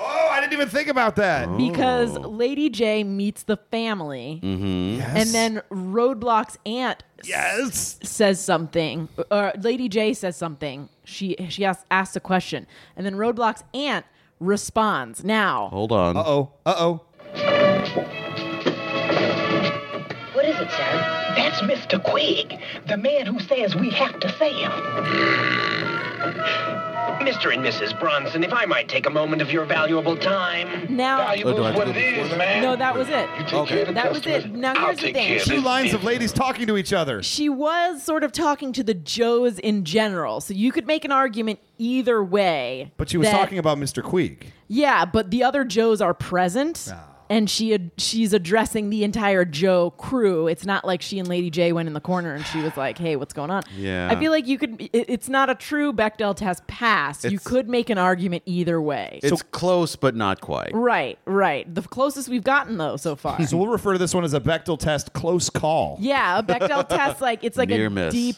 C: Oh, I didn't even think about that.
E: because
C: Oh.
E: Lady J meets the family,
C: Mm.
E: and then Roadblock's aunt s-
C: Yes.
E: says something, or Lady J says something. She she asks, asks a question, and then Roadblock's aunt responds. Now,
D: Hold on.
C: Uh oh. Uh oh.
G: What is it, sir?
H: That's Mr. Quig, the man who says we have to say him.
G: Mr. and Mrs. Bronson, if I might take a moment of your valuable time.
E: Now-
G: Valuable
D: Oh, do I
G: is
D: have to
G: what
D: go
G: it is,
D: before
G: man.
E: no, that was it.
G: You take care of the
E: That was
G: customers.
E: it. Now,
G: I'll
E: here's the
G: take
E: thing.
G: care of
E: Two
C: Two
G: this
C: lines
G: business.
C: of ladies talking to each other.
E: She was sort of talking to the Joes in general, so you could make an argument either way.
C: But she was
E: that-
C: talking about Mr. Queeg.
E: Yeah, but the other Joes are
D: Oh.
E: present. And she ad- she's addressing the entire Joe crew. It's not like she and Lady J went in the corner and she was like, "Hey, what's going on?"
D: Yeah.
E: I feel like you could. It, it's not a true Bechdel test pass. you
D: It's-
E: could make an argument either way.
D: it's close, but not quite.
E: right, right. The closest we've gotten though
D: <laughs>
E: so far.
C: So we'll refer to this one as a Bechtel test close call.
E: yeah, a Bechdel test like it's like
D: Near
E: a D
D: miss.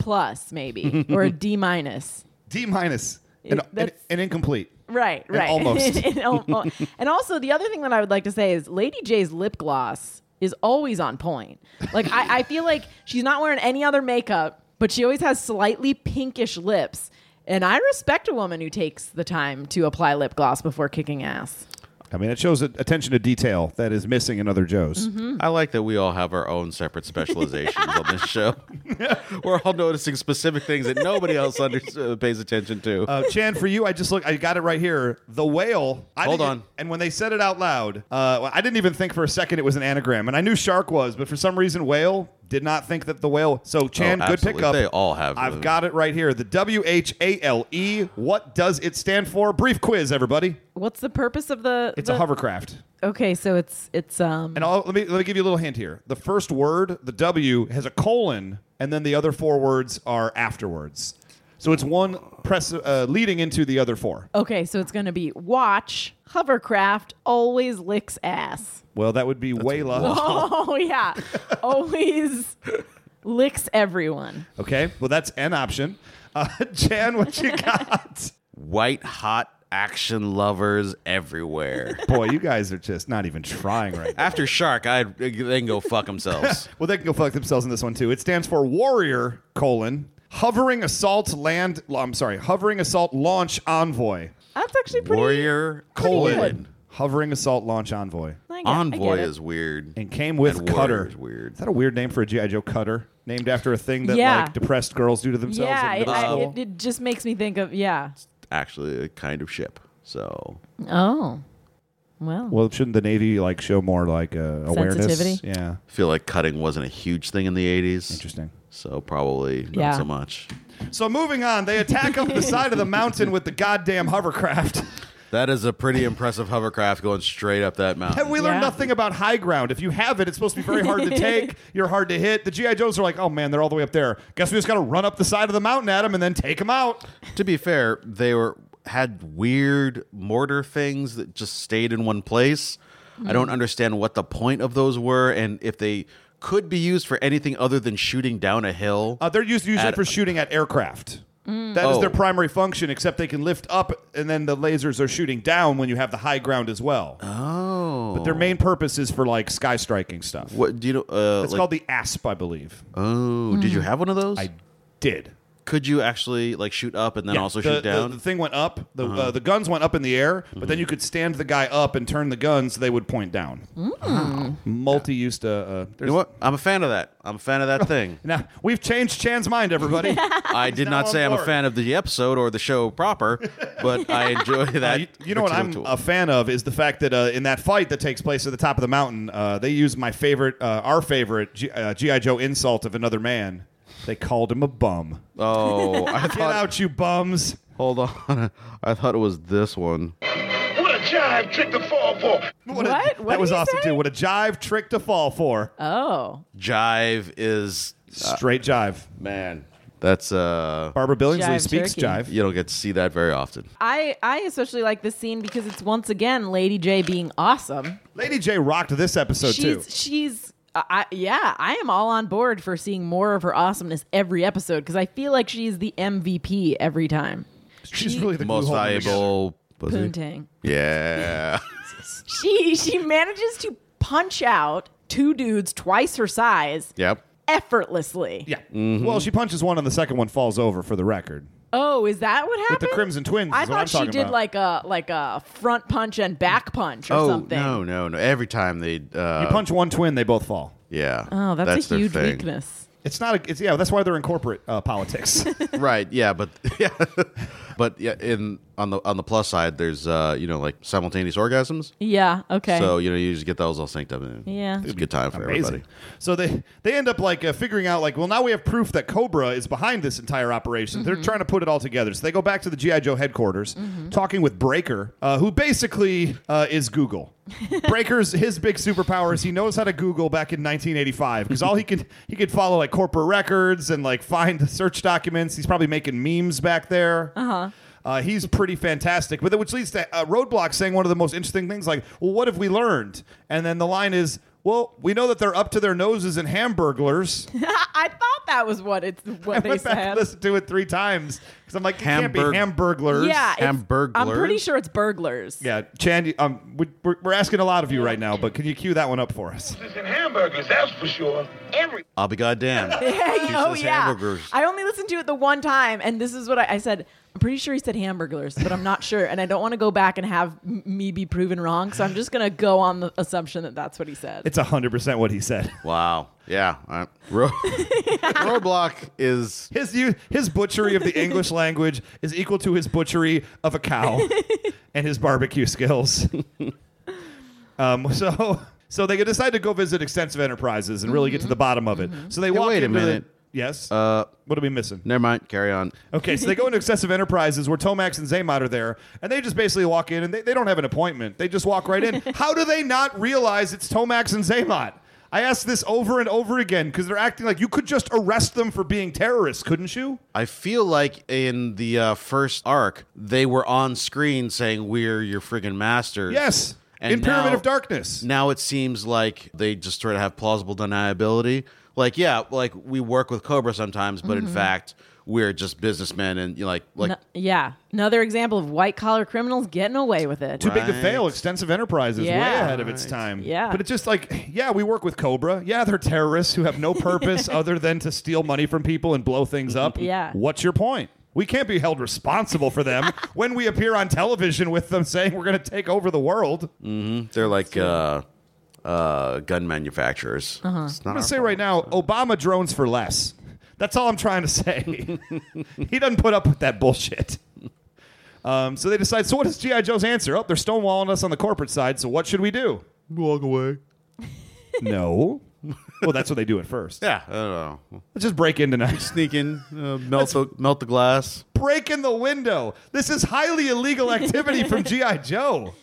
D: <laughs>
E: plus maybe or a D minus.
C: D minus. And,
E: It- that's-
C: and- and incomplete.
E: Right,
C: And
E: right.
C: almost.
E: <laughs>
C: <laughs>
E: and, al- and also, the other thing that I would like to say is Lady J's lip gloss is always on point. Like, I, I feel like she's not wearing any other makeup, but she always has slightly pinkish lips. And I respect a woman who takes the time to apply lip gloss before kicking ass.
C: I mean, it shows a- attention to detail that is missing in other Joes.
E: Mm-hmm.
D: I like that we all have our own separate specializations on this <laughs> show. We're all noticing specific things that nobody else under- uh, pays attention to.
C: Uh, Chan, for you, I just look. I got it right here. The whale. I
D: Hold
C: didn't-
D: on.
C: And when they said it out loud, uh, I didn't even think for a second it was an anagram. And I knew shark was, but for some reason, whale did not think that the whale. So Chan,
D: Oh,
C: good
D: absolutely.
C: pickup.
D: They all have
C: I've
D: them.
C: got it right here. The W H A L E. What does it stand for? Brief quiz, everybody.
E: What's the purpose of the?
C: It's
E: the-
C: a hovercraft.
E: Okay, so it's it's um.
C: And I'll, let me let me give you a little hint here. The first word, the W, has a colon, and then the other four words are afterwards. So it's one press uh, leading into the other four.
E: Okay, so it's gonna be watch hovercraft always licks ass.
C: Well, that would be Wayla.
E: <laughs> Oh yeah, always licks everyone.
C: Okay, well that's an option. Uh, <laughs> Jan, what you got?
D: White hot action lovers everywhere.
C: Boy, you guys are just not even trying right now.
D: After Shark, I'd they can go fuck themselves.
C: Well, they can go fuck themselves in this one too. It stands for Warrior colon hovering assault land. I'm sorry, hovering assault launch envoy
E: That's actually pretty.
D: Warrior
C: colon
D: colon
C: hovering assault launch envoy,
E: I get- I get
D: envoy
E: it.
D: is weird.
C: and came with
D: And Warrior
C: Cutter.
D: is weird.
C: Is that a weird name for a GI Joe Cutter? Named after a thing that
E: Yeah.
C: like depressed girls do to themselves.
E: Yeah,
C: in
E: it,
C: middle
E: I,
C: school?
E: it, it just makes me think of yeah.
D: Actually, a kind of ship. So
E: Oh, well,
C: well, shouldn't the Navy like show more like uh, awareness?
E: Sensitivity?
C: Yeah,
D: I feel like cutting wasn't a huge thing in the eighties.
C: interesting.
D: So probably not
E: Yeah.
D: so much.
C: So moving on, they attack up the side of the mountain with the goddamn hovercraft. <laughs>
D: That is a pretty impressive hovercraft going straight up that mountain.
C: Have we learned
E: Yeah.
C: nothing about high ground? If you have it, it's supposed to be very
E: <laughs>
C: hard to take. You're hard to hit. The GI Joes are like, oh man, they're all the way up there. Guess we just got to run up the side of the mountain at them and then take them out.
D: to be fair, they were had weird mortar things that just stayed in one place. I
E: Mm-hmm.
D: don't understand what the point of those were and if they could be used for anything other than shooting down a hill.
C: Uh, they're used usually
D: At-
C: for shooting at aircraft. That is
D: Oh.
C: their primary function, except they can lift up and then the lasers are shooting down when you have the high ground as well.
D: oh.
C: But their main purpose is for like sky striking stuff.
D: what do you know uh
C: It's
D: like-
C: called the ASP, I believe.
D: Oh, did you have one of those?
C: I did.
D: could you actually like shoot up and then
C: Yeah,
D: also
C: the,
D: shoot
C: the-
D: down? Uh-huh. Mm-hmm.
C: The, thing went up. The uh, the guns went up in the air, but then you could stand the guy up and turn the guns. They would point down.
D: Mm.
C: Multi-used. Uh, uh,
D: you
C: there's-
D: know what? I'm a fan of that. I'm a fan
C: <laughs>
D: of that thing.
C: Now we've changed Chan's mind,
D: <laughs>
C: everybody.
D: I did
C: now
D: not
C: on
D: say I'm a
C: board.
D: fan of the episode or the show proper, but
C: <laughs>
D: I enjoy
C: Uh,
D: that.
C: you, you know what I'm
D: particular
C: a
D: tool.
C: fan of is the fact that uh, in that fight that takes place at the top of the mountain, uh, they use my favorite, uh, our favorite G- uh, GI Joe insult of another man. They called him a bum.
D: Oh,
C: <laughs>
D: I
C: Get
D: thought.
C: out, you <laughs> bums.
D: Hold on. <laughs> I thought it was this one.
F: What a jive trick to fall for.
E: What?
C: a-
E: What
C: that
E: did
C: was
E: he
C: awesome,
E: say?
C: too. What a jive trick to fall for.
E: Oh,
D: Jive is
C: Straight jive.
D: man. That's uh.
C: Barbara Billingsley
E: Jive
C: speaks
E: jerky.
C: jive.
D: You don't get to see that very often.
E: I I especially like this scene because it's once again Lady J being awesome.
C: Lady J rocked this episode, Oh, too.
E: she's she's I, I- yeah, I am all on board for seeing more of her awesomeness every episode because I feel like she's the MVP every time.
C: She's really the glue
D: Most
C: holding it together.
D: valuable. pussy.
E: Poontang.
D: Yeah.
E: She she manages to punch out two dudes twice her size
D: yep.
E: effortlessly.
C: Yeah. Mm-hmm. Well, she punches one, and the second one falls over for the record.
E: Oh, is that what happened?
C: With the Crimson Twins.
E: I
C: is what I'm
E: thought she
C: talking
E: did
C: about.
E: like a like a front punch and back punch or
D: oh
E: something.
D: no no no! Every time they uh,
C: You punch one twin, they both fall.
D: yeah.
E: Oh, that's, a
D: their
E: huge
D: thing.
E: weakness.
C: It's not. A, it's yeah. That's why they're in corporate uh,
E: <laughs>
C: politics.
D: <laughs> right yeah but <laughs> yeah but yeah in on the on the plus side there's uh you know like simultaneous orgasms
E: Yeah. Okay.
D: so you know you just get those all synced up and
E: Yeah.
D: it's a good time for
C: Amazing.
D: everybody
C: So they they end up like uh, figuring out like well now we have proof that Cobra is behind this entire operation. They're trying to put it all together. So they go back to the GI Joe headquarters, talking with Breaker, uh, who basically uh, is Google. Breaker's his big superpower is he knows how to Google back in 1985 because all he could he could follow like corporate records and like find the search documents. He's probably making memes back there. Uh-huh. Uh, he's pretty fantastic, but which leads to uh, Roadblock saying one of the most interesting things, like, "Well, what have we learned?" And then the line is, "Well, we know that they're up to their noses in
E: <laughs>
C: hamburglers."
E: <laughs> I thought that was what it's what
C: I
E: they
C: went back
E: said.
C: and listened to it three times because I'm like, it can't be
D: Hamburg-
C: hamburglers.
E: Yeah, it's- I'm
D: Hamburglers?
E: pretty sure it's <laughs> burglars.
C: yeah, Chan. you- Um, we, we're, we're asking a lot of you right now, but can you cue that one up for us?
F: This and hamburgers, that's for sure. Every
D: i'll be goddamn
E: oh
D: says
E: <laughs> yeah.
D: hamburgers.
E: I only listened to it the one time, and this is what I, I said. I'm pretty sure he said hamburglers, but I'm not sure, and I don't want to go back and have m- me be proven wrong. So I'm just gonna go on the assumption that that's what he said.
C: It's hundred percent what he said. <laughs>
D: wow yeah all right.
E: <laughs>
D: Ro- roadblock is
C: His u- his butchery of the
E: <laughs>
C: English language is equal to his butchery of a cow and his barbecue skills. um, so so they decide to go visit extensive enterprises and really get to
E: Mm-hmm.
C: the bottom of it. So they walk
D: wait a
C: into the-
D: minute.
C: yes.
D: uh
C: what are we missing?
D: never mind carry on
C: Okay, so they go into Excessive Enterprises where Tomax and Zaymod are there, and they just basically walk in and they, they don't have an appointment. They just walk right
D: <laughs>
C: in. How do they not realize it's Tomax and Zaymod? I asked this over and over again because they're acting like you could just arrest them for being terrorists, couldn't you?
D: I feel like in the uh, first arc, they were on screen saying, We're your friggin' masters.
C: Yes.
D: And
C: in Pyramid
D: now-
C: of Darkness.
D: Now it seems like they just sort of have plausible deniability. Like, yeah, like we work with Cobra sometimes, but in fact, we're just businessmen and you know, like like
E: Mm-hmm. No- yeah, another example of white collar criminals getting away with it.
C: Too big to
D: Right.
C: fail. Extensive Enterprise is way
E: Yeah.
C: ahead of its time.
E: Yeah.
C: But it's just like, yeah, we work with Cobra. Yeah, they're terrorists who have no
E: <laughs>
C: purpose other than to steal money from people and blow things up.
E: Mm-hmm. Yeah.
C: What's your point? We can't be held responsible for
E: <laughs>
C: them when we appear on television with them saying we're going to take over the world.
D: they're like uh uh gun manufacturers.
E: Uh-huh.
D: It's not
C: I'm
D: our
C: going to say
D: fault.
C: right now Obama drones for less. That's all I'm trying to
E: <laughs>
C: say. he doesn't put up with that bullshit. Um, so they decide, so what is G.I. Joe's answer? Oh, they're stonewalling us on the corporate side, so what should we do?
D: walk away.
C: No. well, that's what they do at first.
D: Yeah, I don't know.
C: Let's just break in tonight.
D: Sneak in, uh, melt the melt the glass.
C: <laughs> break in the window. This is highly illegal activity <laughs> from G.I. Joe.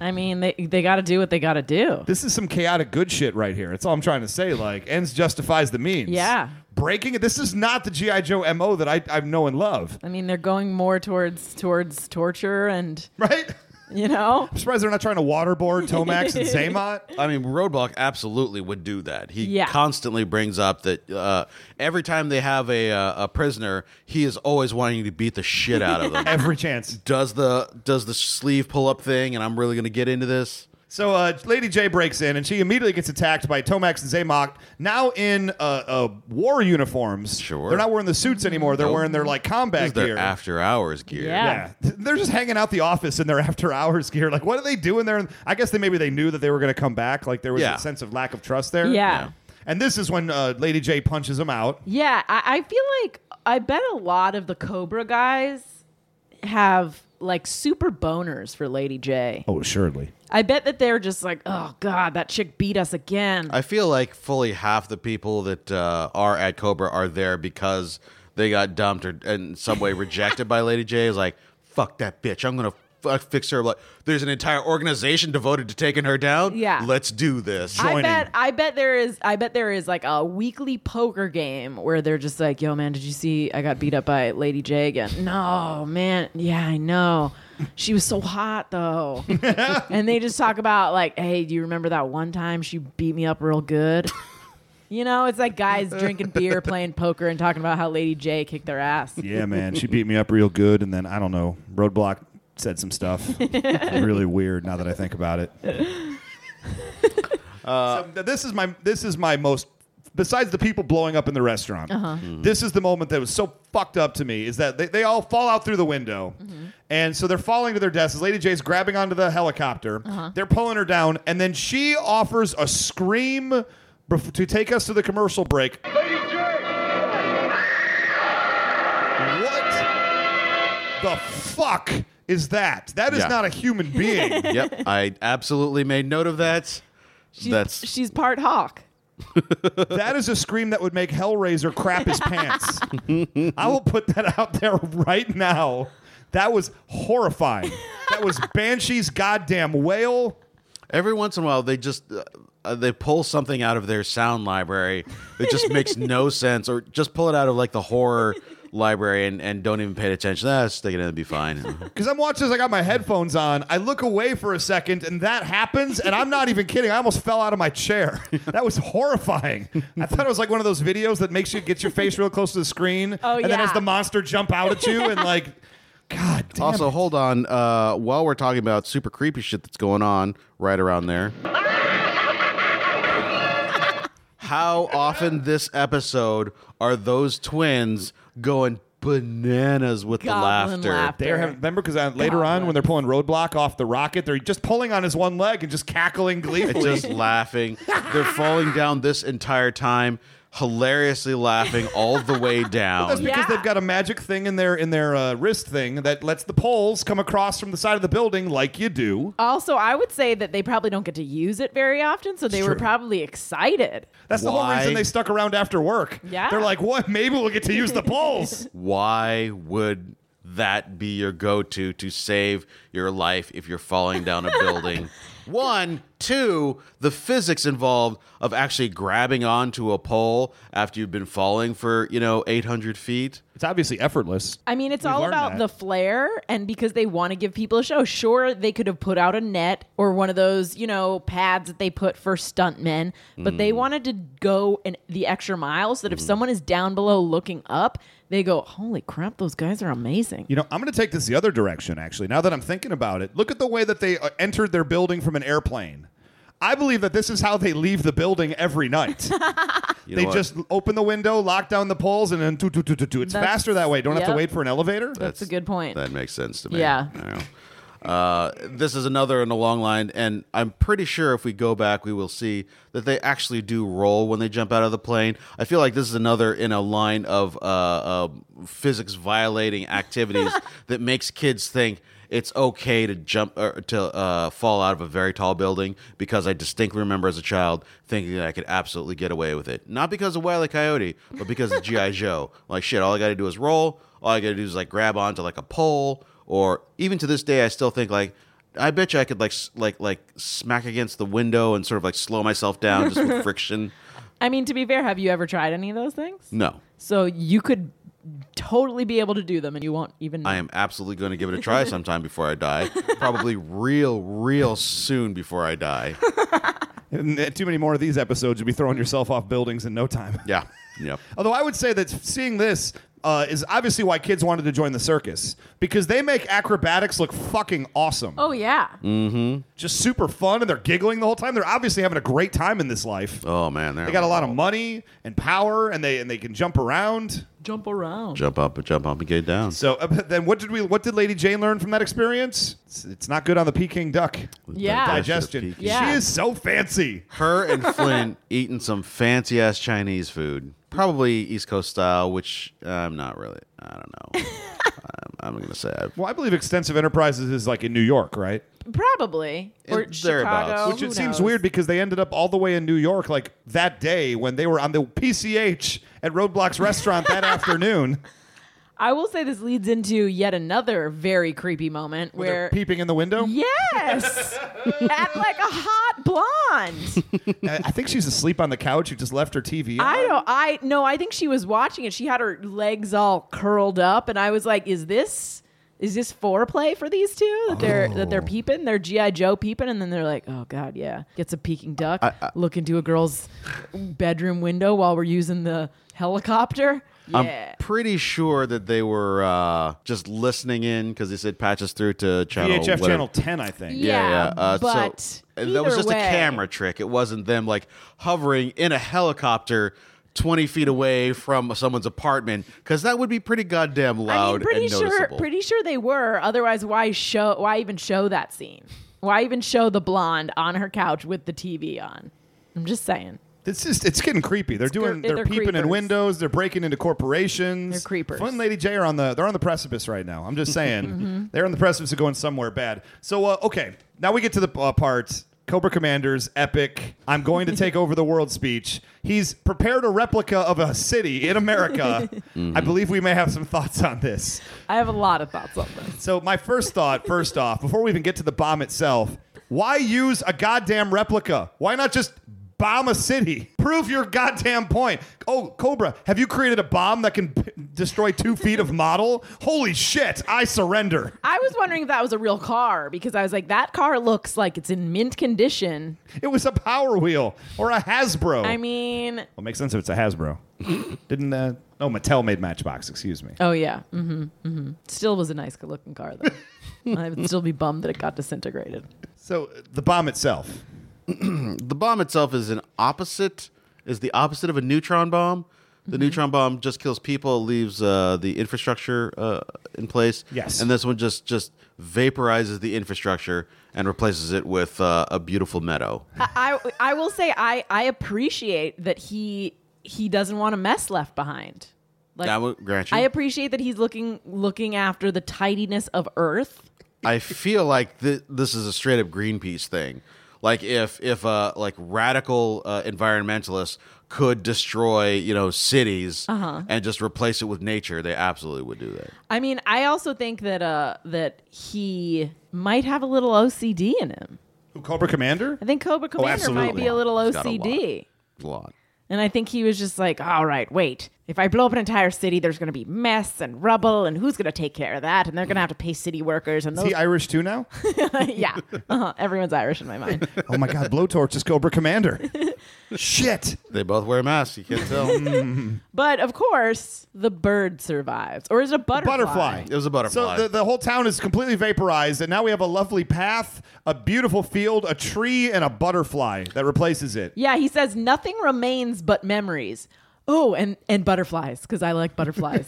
E: I mean, they they got to do what they got to do.
C: This is some chaotic good shit right here. That's all I'm trying to say. Like, ends justifies the means.
E: Yeah.
C: Breaking it. This is not the G.I. Joe MO that I, I know and love,
E: I mean, they're going more towards towards torture and
C: <laughs> right?
E: you know.
C: I'm surprised they're not trying to waterboard Tomax and Zaymot.
D: I mean, Roadblock absolutely would do that. He
E: Yeah.
D: constantly brings up that uh, every time they have a uh, a prisoner, he is always wanting to beat the shit out
E: <laughs>
D: of them.
C: <laughs> Every chance.
D: does the does the sleeve pull up thing, and I'm really gonna get into this.
C: So uh, Lady J breaks in, and she immediately gets attacked by Tomax and Zaymok, now in uh, uh, war uniforms.
D: Sure.
C: They're not wearing the suits anymore. They're wearing their like
D: This
C: combat
D: is their
C: gear.
D: after hours gear.
E: Yeah.
C: yeah. They're just hanging out the office in their <laughs> after hours gear. Like, what are they doing there? I guess they maybe they knew that they were going to come back. Like, there was
D: Yeah.
C: a sense of lack of trust there.
E: Yeah.
C: And this is when uh, Lady J punches him out.
E: Yeah, I, I feel like I bet a lot of the Cobra guys have like super boners for Lady J.
C: Oh, assuredly.
E: I bet that they're just like, oh god, that chick beat us again.
D: I feel like fully half the people that uh, are at Cobra are there because they got dumped or in some way rejected by Lady J. Is like, fuck that bitch. I'm gonna f- fix her. Like, there's an entire organization devoted to taking her down.
E: Yeah.
D: let's do this.
E: I bet I bet there is I bet there is like a weekly poker game where they're just like, "Yo man, did you see I got beat up by Lady J again?" No, man. Yeah, I know. She was so hot though. and they just talk about like, "Hey, do you remember that one time she beat me up real good?" You know, it's like guys drinking beer, playing poker and talking about how Lady J kicked their ass.
C: <laughs> Yeah, man. She beat me up real good. And then, I don't know, Roadblock said some stuff. really weird now that I think about it. So, th- this is my this is my most besides the people blowing up in the restaurant this is the moment that was so fucked up to me is that they, they all fall out through the window and so they're falling to their deaths lady j's grabbing onto the helicopter they're pulling her down and then she offers a scream bef- to take us to the commercial break
F: Lady J!
C: What the fuck is that? That is
D: Yeah.
C: not a
D: <laughs>
C: human being.
D: yep, I absolutely made note of
E: <laughs>
D: that.
E: She's,
D: That's
E: she's part hawk.
C: that is a scream that would make Hellraiser crap his
D: <laughs>
C: pants. I will put that out there right now. That was horrifying. That was Banshee's goddamn whale.
D: every once in a while they just uh, uh, they pull something out of their sound library that just <laughs> makes no sense, or just pull it out of like the horror library and, and don't even pay attention. Ah, stick it in, it'll be <laughs> fine.
C: Because I'm watching this, I got my headphones on. I look away for a second, and that happens. And I'm not even kidding. I almost fell out of my chair. That was horrifying. I thought it was like one of those videos that makes you get your face real close to the screen.
E: Oh,
C: And then
E: yeah.
C: has the monster jump out at you, and like, God damn.
D: Also,
C: it.
D: hold on. Uh, while we're talking about super creepy shit that's going on right around <laughs> there, how often this episode are those twins going bananas with
E: Goblin
D: the laughter?
E: laughter.
C: They're having, remember because later on when they're pulling Roadblock off the rocket, they're just pulling on his one leg and just cackling
D: It's
C: gleefully.
D: just laughing. They're falling down this entire time, hilariously laughing all the way
C: <laughs> That's
D: down.
C: because
E: Yeah.
C: they've got a magic thing in their in their uh, wrist thing that lets the poles come across from the side of the building like you do.
E: Also, I would say that they probably don't get to use it very often, so they were probably excited.
C: That's the whole
D: Why?
C: reason they stuck around after work.
E: Yeah.
C: They're like, what? Maybe we'll get to use the poles.
D: Why would that be your go to to save your life if you're falling down a
C: <laughs>
D: building? One, two, the physics involved of actually grabbing onto a pole after you've been falling for, you know, 800 feet.
C: it's obviously effortless.
E: I mean, it's all
C: learned
E: about
C: that.
E: the flair, and because they want to give people a show. Sure, they could have put out a net or one of those, you know, pads that they put for stuntmen, but
C: Mm.
E: they wanted to go an, the extra mile so that if
C: Mm-hmm.
E: someone is down below looking up, they go, "Holy crap, those guys are amazing!"
C: You know, I'm going to take this the other direction, actually, now that I'm thinking about it. Look at the way that they uh, entered their building from an airplane. I believe that this is how they leave the building every night.
D: You know
C: they
D: what?
C: just open the window, lock down the poles, and then do, do, do, do, do. It's
E: That's-
C: faster that way. Don't have to
E: yep.
C: wait for an elevator.
E: That's a good point.
D: That makes sense to me.
E: Yeah.
D: I don't know. Uh, this is another in a long line, and I'm pretty sure if we go back, we will see that they actually do roll when they jump out of the plane. I feel like this is another in a line of uh, uh, physics violating
E: <laughs>
D: activities that makes kids think it's okay to jump or to uh, fall out of a very tall building because I distinctly remember as a child thinking that I could absolutely get away with it. Not because of Wile E. Coyote, but because of G.I. Joe. Like, shit, all I gotta do is roll. All I gotta do is like grab onto like a pole, or even to this day, I still think like, I bet you I could like s- like like smack against the window and sort of like slow myself down just with friction.
E: I mean, to be fair, have you ever tried any of those things?
D: No,
E: So you could totally be able to do them, and you won't even.
D: I am absolutely going to give it a try sometime before I die. Probably real, real soon before I die.
C: And, uh, Too many more of these episodes. You'll be throwing yourself off buildings in no time.
D: Yeah, yep.
C: <laughs> Although I would say that seeing this uh, is obviously why kids wanted to join the circus because they make acrobatics look fucking awesome.
E: Oh yeah.
C: Mm. Just super fun, and they're giggling the whole time. They're obviously having a great time in this life.
D: Oh man,
C: They got a lot of money and power, and they and they can jump around.
E: Jump around.
D: Jump up and jump up and get down.
C: So uh, but then, what did we? What did Lady Jane learn from that experience? It's, it's not good on the Peking duck
E: Yeah.
C: digestion.
E: Yeah.
C: She is so fancy.
D: Her
E: <laughs>
D: and Flynn eating some fancy ass Chinese food, probably East Coast style, which I'm not really. I
E: <laughs>
D: don't know. I'm, I'm gonna say I,
C: Well, I believe Extensive Enterprises is like in New York, right?
E: Probably. Or
D: It- thereabouts.
E: Chicago.
C: Which
E: Oh, who
C: it seems
E: knows?
C: weird because they ended up all the way in New York like that day when they were on the PCH at Roadblocks restaurant
E: <laughs>
C: that afternoon.
E: I will say this leads into yet another very creepy moment
C: They're
E: where.
C: peeping in the window.
E: yes! Act like a hot blonde.
C: I I think she's asleep on the couch. Who just left her TV. on.
E: I don't. I no. I think she was watching it. She had her legs all curled up, and I was like, "Is this is this foreplay for these two that they're that they're peeping? They're GI Joe peeping, and then they're like, oh god, yeah, gets a peeking duck, look into a girl's bedroom window while we're using the helicopter. Yeah,
D: I'm pretty sure that they were uh, just listening in because they said patches through to channel
C: VHF
D: whatever.
C: channel ten, I think.
D: Yeah, yeah.
E: Yeah,
D: Uh,
E: but
D: so and that was
E: either
D: just
E: way-
D: a camera trick. It wasn't them like hovering in a helicopter twenty feet away from someone's apartment because that would be pretty goddamn
E: I
D: loud
E: mean, pretty
D: and
E: sure,
D: noticeable.
E: pretty sure they were. Otherwise, why show? Why even show that scene? Why even show the blonde on her couch with the TV on? I'm just saying.
C: It's just it's getting creepy. They're doing
E: cre-
C: they're,
E: they're
C: peeping in
E: creepers.
C: windows, they're breaking into corporations.
E: They're creepers.
C: Flynn and Lady J are on the they're on the precipice right now. I'm
E: <laughs>
C: just saying.
E: Mm-hmm.
C: They're on the precipice of going somewhere bad. So uh, okay, now we get to the uh, part Cobra Commander's epic I'm going to
E: <laughs>
C: take over the world speech. He's prepared a replica of a city in
E: <laughs>
C: America. I believe we may have some thoughts on this.
E: I have a lot of thoughts on this.
C: So my first thought, first off, before we even get to the bomb itself, why use a goddamn replica? Why not just bomb a city? Prove your goddamn point. Oh, Cobra, have you created a bomb that can p- destroy two feet of model? Holy shit! I surrender.
E: I was wondering if that was a real car because I was like, that car looks like it's in mint condition.
C: It was a Power Wheel or a
D: Oh.
C: Hasbro.
E: I mean,
C: well, makes sense if it's a Hasbro. Didn't uh, oh Mattel made Matchbox? Excuse me.
E: oh yeah, mm-hmm, mm-hmm. still was a nice looking car <laughs> though. I would still be bummed that it got disintegrated.
C: So uh, the bomb itself.
D: the bomb itself is an opposite is the opposite of a neutron bomb. The
E: Mm-hmm.
D: neutron bomb just kills people, leaves uh, the infrastructure uh, in place.
C: Yes.
D: and this one just just vaporizes the infrastructure and replaces it with uh, a beautiful meadow.
E: I, I I will say I I appreciate that he he doesn't want a mess left behind. Like
D: I would grant you.
E: I appreciate that he's looking looking after the tidiness of Earth.
D: I feel like th- this is a straight up Greenpeace thing. Like if if uh, like radical uh, environmentalists could destroy you know cities and just replace it with nature, they absolutely would do that.
E: I mean, I also think that uh that he might have a little OCD in him.
C: Who Cobra Commander?
E: I think Cobra Commander might
D: Oh, absolutely.
E: be a little
D: He's got a
E: OCD.
D: A lot.
E: and I think he was just like, all right, wait. If I blow up an entire city, there's going to be mess and rubble, and who's going to take care of that? And they're going to have to pay city workers and
C: Is
E: those.
C: he Irish too
E: <laughs>
C: now?
D: <laughs>
E: yeah, uh-huh. everyone's Irish in my mind.
C: oh my God! Blowtorch is Cobra Commander.
E: <laughs>
C: shit.
D: They both wear masks. You can't
C: <laughs>
D: tell.
C: Hmm.
E: But of course, the bird survives, or is it a butterfly?
C: butterfly.
D: It was a butterfly.
C: So the, the whole town is completely vaporized, and now we have a lovely path, a beautiful field, a tree, and a butterfly that replaces it.
E: Yeah, he says nothing remains but memories. Oh, and and butterflies because I like
C: <laughs>
E: butterflies.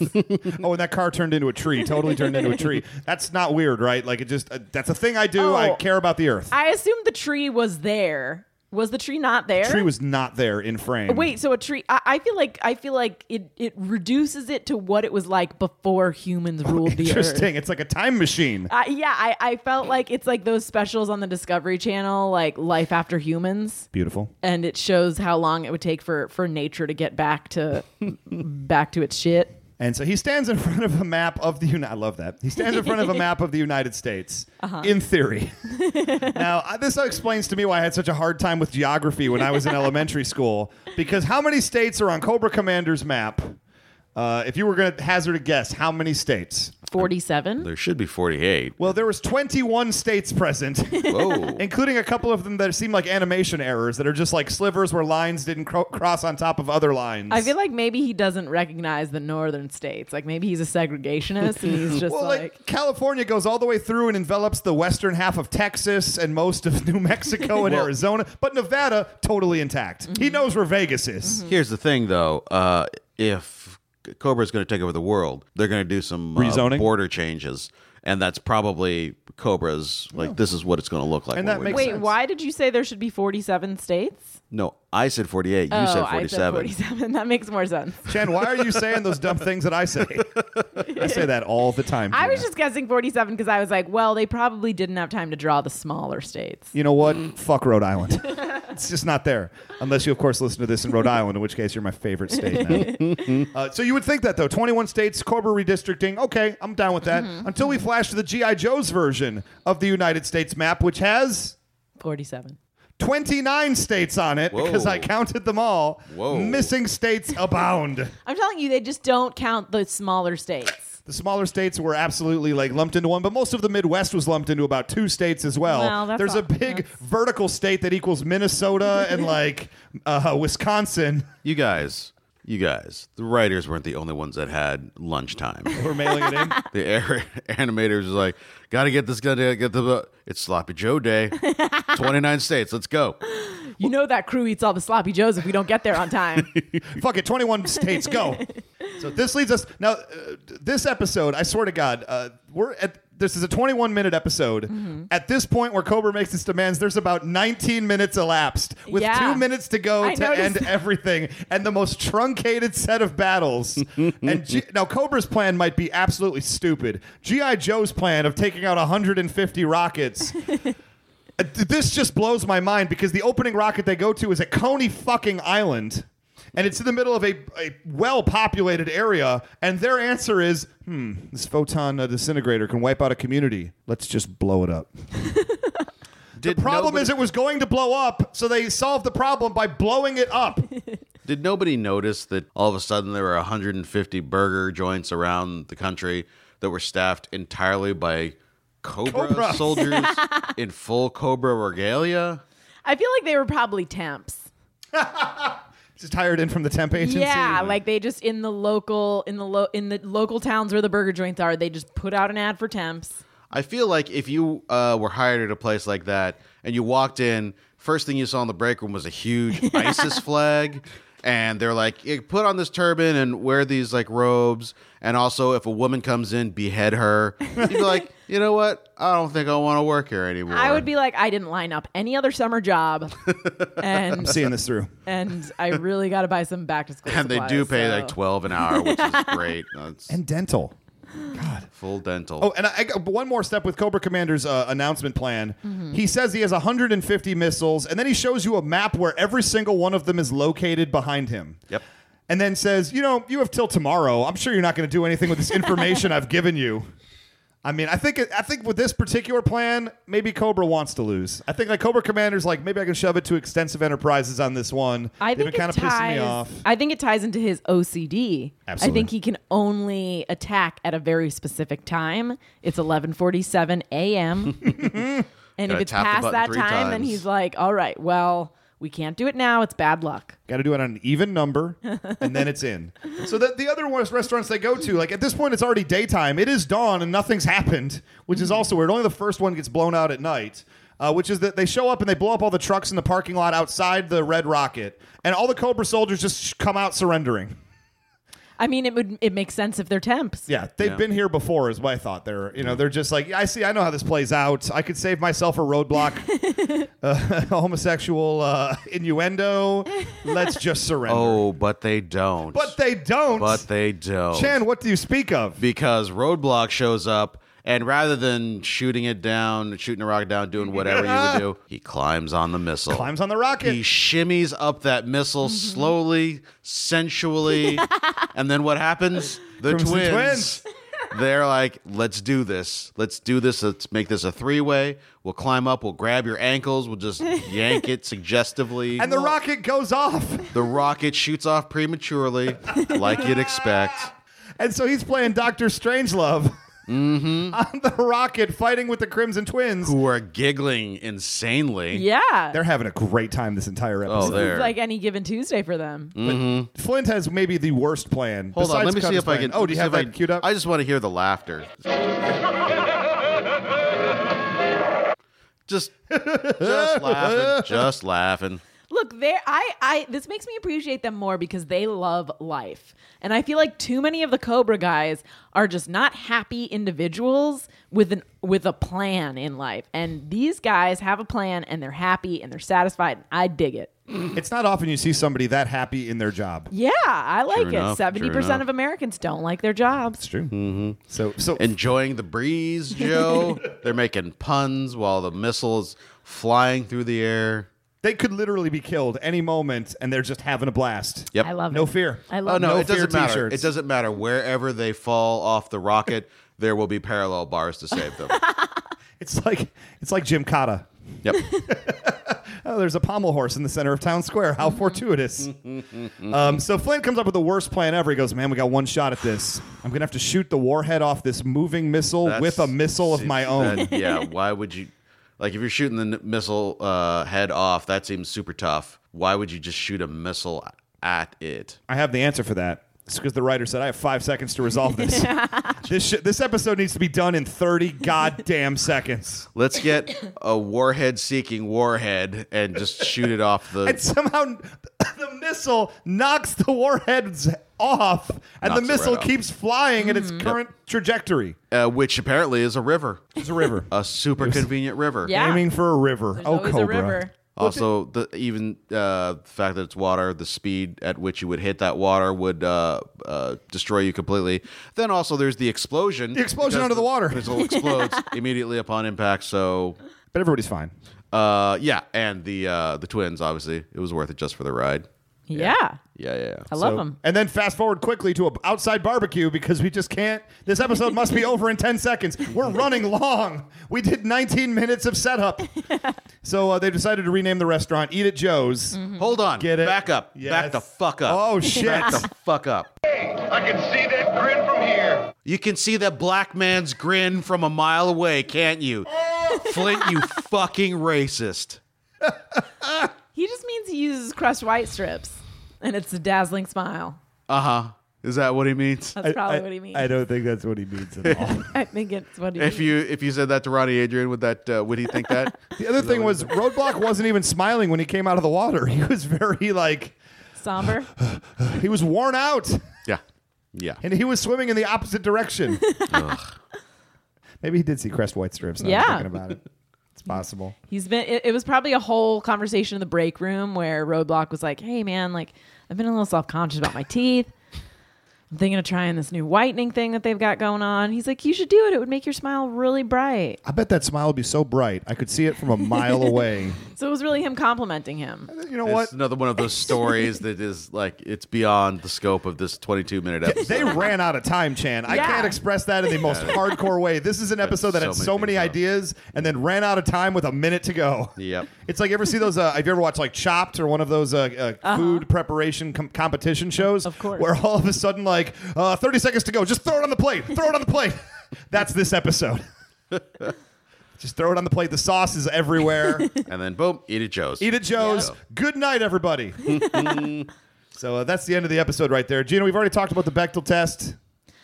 C: Oh, and that car turned into a tree, totally turned into a
E: <laughs>
C: tree. That's not weird, right? Like it just uh, that's a thing I do. I
E: Oh.
C: care about the earth.
E: I assumed the tree was there. Was the tree not there?
C: The tree was not there in frame.
E: Wait, <laughs> so a tree? I, I feel like I feel like it it reduces it to what it was like before humans ruled the earth.
C: Oh, interesting. It's like a time machine.
E: Uh, yeah, I, I felt like it's like those specials on the Discovery Channel, like Life After Humans,
C: Beautiful.
E: and it shows how long it would take for for nature to get back
C: <laughs>
E: to back to its shit.
C: And so he stands in <laughs> front of a map of the United. I love that he stands in front
E: <laughs>
C: of a map of the United States.
E: Uh-huh.
C: In theory, <laughs> now I- this explains to me why I had such a hard time with geography when I was in
E: <laughs>
C: elementary school. Because how many states are on Cobra Commander's map? Uh, if you were going to hazard a guess, how many states?
E: Forty seven.
D: there should
C: <laughs>
D: be 48.
C: Well, there was 21 states
E: <laughs>
C: present,
D: Whoa.
C: including a couple of them that seem like animation errors that are just like slivers where lines didn't cro- cross on top of other lines.
E: I feel like maybe he doesn't recognize the northern states. Like maybe he's a segregationist
C: <laughs>
E: and he's just
C: Well, like,
E: like,
C: California goes all the way through and envelops the western half of Texas and most of <laughs> New Mexico
E: <laughs>
C: and Arizona, but Nevada totally intact.
E: Mm-hmm.
C: He knows where Vegas is.
D: Here's the thing, though. Uh, if Cobra's going to take over the world, they're going to do some uh,
C: Rezoning?
D: border changes. And that's probably Cobra's, like, this is what it's going to look like.
C: Oh. And
D: when
C: that
D: we-
C: makes
E: wait,
C: sense.
E: why did you say there should be forty seven states?
D: No, I said 48. You
E: oh,
D: said
E: I
D: 47.
E: said 47. <laughs> That makes more sense.
C: Chen, why are you saying those dumb things that I
E: <laughs>
C: say? I say that all the time.
E: I was
C: Gina.
E: just guessing 47 because I was like, well, they probably didn't have time to draw the smaller states.
C: You know what?
E: Mm.
C: Fuck Rhode
E: <laughs>
C: Island. it's just not there. Unless you, of course, listen to this in Rhode Island, in which case you're my favorite state now.
E: <laughs>
C: uh, so you would think that, though. 21 states, Cobra redistricting. Okay, I'm down with that.
E: Mm-hmm.
C: Until we flash to the G.I. Joe's version of the United States map, which has
E: 47.
C: 29 states on it because
D: Whoa.
C: I counted them all.
D: Whoa.
C: Missing states abound.
E: I'm telling you, they just don't count the smaller states.
C: The smaller states were absolutely like lumped into one, but most of the Midwest was lumped into about two states as well.
E: Well, that's
C: There's a
E: all-
C: big
E: that's-
C: vertical state that equals
E: <laughs>
C: Minnesota and like uh, Wisconsin.
D: You guys, you guys, the writers weren't the only ones that had
C: <laughs>
D: lunchtime.
C: We're mailing it in.
D: the air, animators was like, gotta get this, gotta get the. It's Sloppy Joe
C: <laughs>
D: Day. 29 states, let's go.
E: You know that crew eats all the sloppy joes if we don't get there
C: <laughs>
E: on time.
C: Fuck it, 21 states, go. So this leads us now. Uh, this episode, I swear to God, uh, we're at. This is a 21 minute episode.
E: Mm-hmm.
C: At this point, where Cobra makes its demands, there's about 19 minutes elapsed with
E: Yeah.
C: two minutes to go
E: I
C: to
E: noticed
C: end
E: that.
C: everything and the most truncated set of <laughs> battles. and G- now Cobra's plan might be absolutely stupid. GI Joe's plan of taking out 150 rockets
E: <laughs>
C: Uh, th- this just blows my mind because the opening rocket they go to is at Coney fucking Island. And it's in the middle of a, a well populated area. And their answer is hmm, this photon uh, disintegrator can wipe out a community. Let's just blow it up.
D: Did
C: The problem
D: nobody-
C: is it was going to blow up, so they solved the problem by blowing it up.
D: Did nobody notice that all of a sudden there were 150 burger joints around the country that were staffed entirely by Cobra,
C: Cobra. <laughs>
D: soldiers in full Cobra regalia?
E: I feel like they were probably temps.
C: just hired in from the temp agency.
E: Yeah, like they just in the local in the lo- in the local towns where the burger joints are, they just put out an ad for temps.
D: I feel like if you uh, were hired at a place like that and you walked in, first thing you saw in the break room was a
E: <laughs>
D: huge ISIS flag. And they're like, "Yeah, put on this turban and wear these like robes. And also, if a woman comes in, behead her. You'd be like, you know what? I don't think I want to work here anymore.
E: I would be like, I didn't line up any other summer job, and
C: Seeing this through.
E: and I really got to buy some back to school.
D: <laughs> and they do pay like 12 an hour, which
E: <laughs>
D: is great. That's
C: And dental.
D: full dental.
C: Oh, and I, I got one more step with Cobra Commander's uh, announcement plan.
E: Mm-hmm.
C: He says he has 150 missiles, and then he shows you a map where every single one of them is located behind him.
D: Yep.
C: And then says, You know, you have till tomorrow. I'm sure you're not going to do anything with this information I've given you. I mean, I think I think with this particular plan, maybe Cobra wants to lose. I think like Cobra Commander's like maybe I can shove it to extensive enterprises on this one.
E: I
C: They've
E: think
C: been
E: it
C: kind of pissing me
E: ties-
C: off.
E: I think it ties into his OCD.
C: Absolutely.
E: I think he can only attack at a very specific time. It's 11:47 a.m.
D: <laughs>
E: and if
D: Gotta
E: it's
D: tap the
E: past
D: button
E: that
D: three
E: time, then
D: times.
E: he's like, "All right, well, we can't do it now. It's bad luck."
C: Got to do it on an even number, and then it's in. So that the other ones, restaurants they go to, like at this point, it's already daytime. It is dawn, and nothing's happened, which
D: Mm-hmm.
C: is also weird. Only the first one gets blown out at night, uh, which is that they show up and they blow up all the trucks in the parking lot outside the Red Rocket, and all the Cobra soldiers just sh- come out surrendering.
E: I mean, it would it makes sense if they're temps.
C: Yeah, they've been here before, is my thought. They're you know they're just like I see, I know how this plays out. I could save myself a roadblock,
D: <laughs>
C: uh, <laughs> homosexual uh, innuendo. Let's just
D: <laughs>
C: surrender.
D: Oh, but they don't.
C: But they don't.
D: But they don't.
C: Chan, what do you speak of?
D: because Roadblock shows up and rather than shooting it down, shooting a rocket down, doing whatever he
C: <laughs>
D: would do, he climbs on the missile.
C: Climbs on Mm-hmm. the rocket.
D: He shimmies up that missile slowly,
C: <laughs>
D: sensually, and then what happens? The
C: Crimson
D: twins.
C: Twins.
D: <laughs> They're like, let's do this. Let's do this. Let's make this a three way. We'll climb up. We'll grab your ankles. We'll just yank it
C: <laughs>
D: suggestively.
C: and the rocket goes off. <laughs>
D: the rocket shoots off prematurely, like
C: <laughs>
D: you'd expect.
C: And so he's playing Doctor Strangelove <laughs> on the rocket fighting with the Crimson Twins.
D: Mm-hmm. who are giggling insanely.
E: Yeah.
C: They're having a great time this entire
D: Oh,
C: episode.
D: there.
E: It's like any given Tuesday for them.
C: Flint has maybe the worst plan.
D: Hold
C: besides
D: on, let me see
C: Cutter's
D: if I
C: plan.
D: can.
C: Oh, do you
D: see
C: have
D: if I-
C: that queued up?
D: I just want to hear the laughter. just, just laughing, just laughing.
E: Look, think they I I this makes me appreciate them more because they love life. And I feel like too many of the Cobra guys are just not happy individuals with an with a plan in life. And these guys have a plan and they're happy and they're satisfied. And I dig it.
C: It's not often you see somebody that happy in their job.
E: Yeah, I like
D: enough,
E: it.
D: true
E: Seventy percent of
D: enough.
E: Americans don't like their jobs.
C: It's true. So so
D: Enjoying the breeze, <laughs> Joe. They're making puns while the missile's flying through the air.
C: they could literally be killed any moment, and they're just having a blast.
D: Yep.
E: I love
C: No
E: it.
C: fear.
E: I
D: Oh
E: love
D: no,
C: No
D: it doesn't
C: fear
D: matter.
C: t-shirts.
D: It doesn't matter wherever they fall off the rocket. There will be parallel bars to save <laughs> them.
C: It's like it's like Jim Cotta.
D: Yep.
C: Oh, there's a pommel horse in the center of town square.
D: <laughs>
C: How fortuitous. um, so Flynn comes up with the worst plan ever. He goes, Man, we got one shot at this. I'm going to have to shoot the warhead off this moving missile
D: That's-
C: with a missile of my own.
D: that- <laughs> yeah. Why would you? Like, if you're shooting the n- missile uh, head off, that seems super tough. Why would you just shoot a missile at it?
C: I have the answer for that. It's because the writer said, I have five seconds to resolve
D: <laughs>
C: this. <laughs> this, sh- this episode needs to be done in 30 goddamn seconds. <laughs>
D: Let's get a warhead-seeking warhead and just shoot it off
C: <laughs>
D: the.
C: And somehow the missile knocks the warheads off, and
D: Knocks it
C: the
D: right
C: missile
D: off. Mm.
C: keeps flying in its current trajectory.
D: uh, which apparently is a river,
C: It's a river.
D: a super convenient river.
E: Yeah.
C: Aiming for a river.
E: There's
C: oh,
E: always
C: Cobra.
E: a river.
D: Also, the even uh, the fact that it's water, the speed at which you would hit that water would uh, uh, destroy you completely. Then also, there's the explosion. The
C: explosion under the water. <laughs>
D: missile explodes immediately upon impact. So,
C: But everybody's fine.
D: uh, yeah, and the uh, the twins. Obviously, it was worth it just for the ride.
E: Yeah.
D: Yeah, yeah.
E: I
D: yeah.
E: love
C: So-
E: them.
C: And then fast forward quickly to an outside barbecue because we just can't. This episode must
E: <laughs>
C: be over in 10 seconds. We're running long. We did 19 minutes of
E: <laughs>
C: setup. so uh, they decided to rename the restaurant Eat at Joe's.
E: Mm-hmm.
D: Hold on.
C: Get it?
D: Back up.
C: Yes.
D: Back the fuck up.
C: Oh, shit.
D: Back the fuck up.
F: I can see that grin from here.
D: You can see that black man's grin from a mile away,
C: <laughs>
D: can't you? Flint, you fucking racist.
E: He just means he uses crushed white strips, and it's a dazzling smile.
D: Uh huh. Is that what he means?
E: That's probably what he means.
C: I
E: I,
C: don't think that's what he means at
E: <laughs>
C: all.
E: think it's what he
D: If
E: means.
D: you if you said that to Ronnie Adrian, would that uh, would he think that?
C: the other thing was, Roadblock wasn't even smiling when he came out of the water. He was very, like,
E: Somber.
C: he was worn out
D: <laughs> yeah, yeah.
C: and he was swimming in the opposite direction. Maybe he did see Crest White Strips. now I'm
E: Yeah.
C: Thinking about it. It's possible.
E: He's been. It, it was probably a whole conversation in the break room where Roadblock was like, "Hey, man, like I've been a little self conscious about my teeth. I'm thinking of trying this new whitening thing that they've got going on." He's like, "You should do it. It would make your smile really bright."
C: I bet that smile would be so bright. I could see it from a mile away.
E: So it was really him complimenting him.
C: You know
D: It's another one of
C: <laughs>
D: those stories that is like it's beyond the scope of this 22 minute episode.
C: They ran out of time, Chan. I
E: Yeah.
C: can't express that in the most hardcore way. This is an episode that
D: so
C: had
D: many
C: so many
D: things up.
C: ideas and then ran out of time with a minute to go. <laughs>
D: Yep.
C: It's like ever see those? Uh, have you ever watched like Chopped or one of those uh, uh, food preparation com- competition shows?
E: Of course.
C: Where all of a sudden, like uh, thirty seconds to go, just throw it on the plate. Throw it on the plate. <laughs> That's this episode. <laughs> just throw it on the plate. The sauce is everywhere.
D: and then boom, eat it, Joe's.
C: Eat at Joe's. Good night, everybody. so uh, that's the end of the episode right there. Gina, we've already talked about the Bechtel test.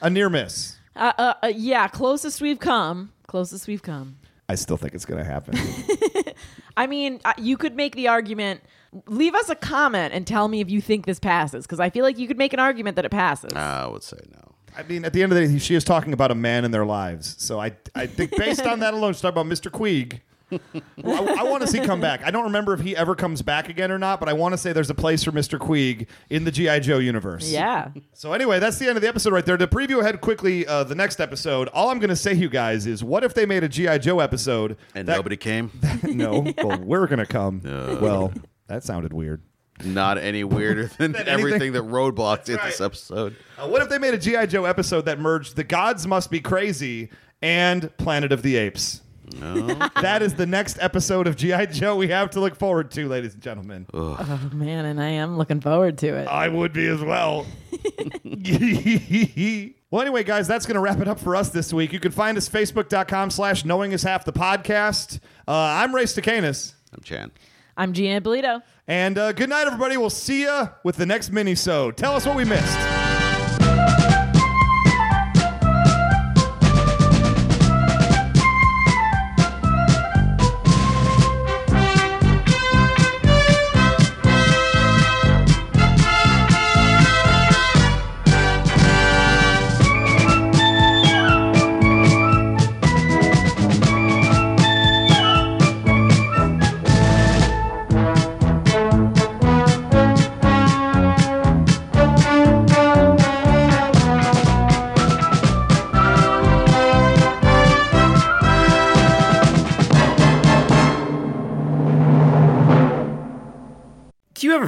C: A near miss.
E: Uh, uh, uh, yeah, closest we've come. Closest we've come.
C: I still think it's going to happen.
E: I mean, uh, you could make the argument. Leave us a comment and tell me if you think this passes, because I feel like you could make an argument that it passes.
D: I would say no.
C: <laughs> I mean, at the end of the day, she is talking about a man in their lives. So I, I think based on that alone, she's talking about Mr. Queeg. I, I want to see come back. I don't remember if he ever comes back again or not, but I want to say there's a place for Mr. Queeg in the G.I. Joe universe.
E: yeah.
C: So anyway, that's the end of the episode right there. To preview ahead quickly uh, the next episode, all I'm going to say, you guys, is what if they made a G.I. Joe episode
D: And
C: that-
D: nobody came.
C: <laughs> no, well, we're gonna come. Well, that sounded weird.
D: Not
C: <laughs>
D: any weirder than everything that Roadblock did this
C: right.
D: episode.
C: Uh, what if they made a GI Joe episode that merged "The Gods Must Be Crazy" and "Planet of the Apes"? that is the next episode of GI Joe we have to look forward to, ladies and gentlemen.
E: <laughs> Oh, man, and I am looking forward to it.
C: I would be as well. <laughs> well, anyway, guys, that's going to wrap it up for us this week. You can find us facebook.com slash knowing is half the podcast. Uh, I'm Ray Stacanis.
D: I'm Chan.
E: I'm Gina Polito.
C: And uh, good night, everybody. We'll see ya with the next mini-sode. Tell us what we missed.
I: you ever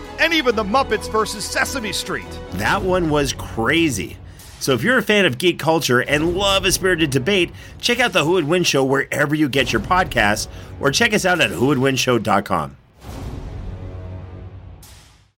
C: and even the Muppets versus Sesame Street.
I: That one was crazy. So if you're a fan of geek culture and love a spirited debate, check out the Who Would Win show wherever you get your podcasts, or check us out at whowouldwinshow.com.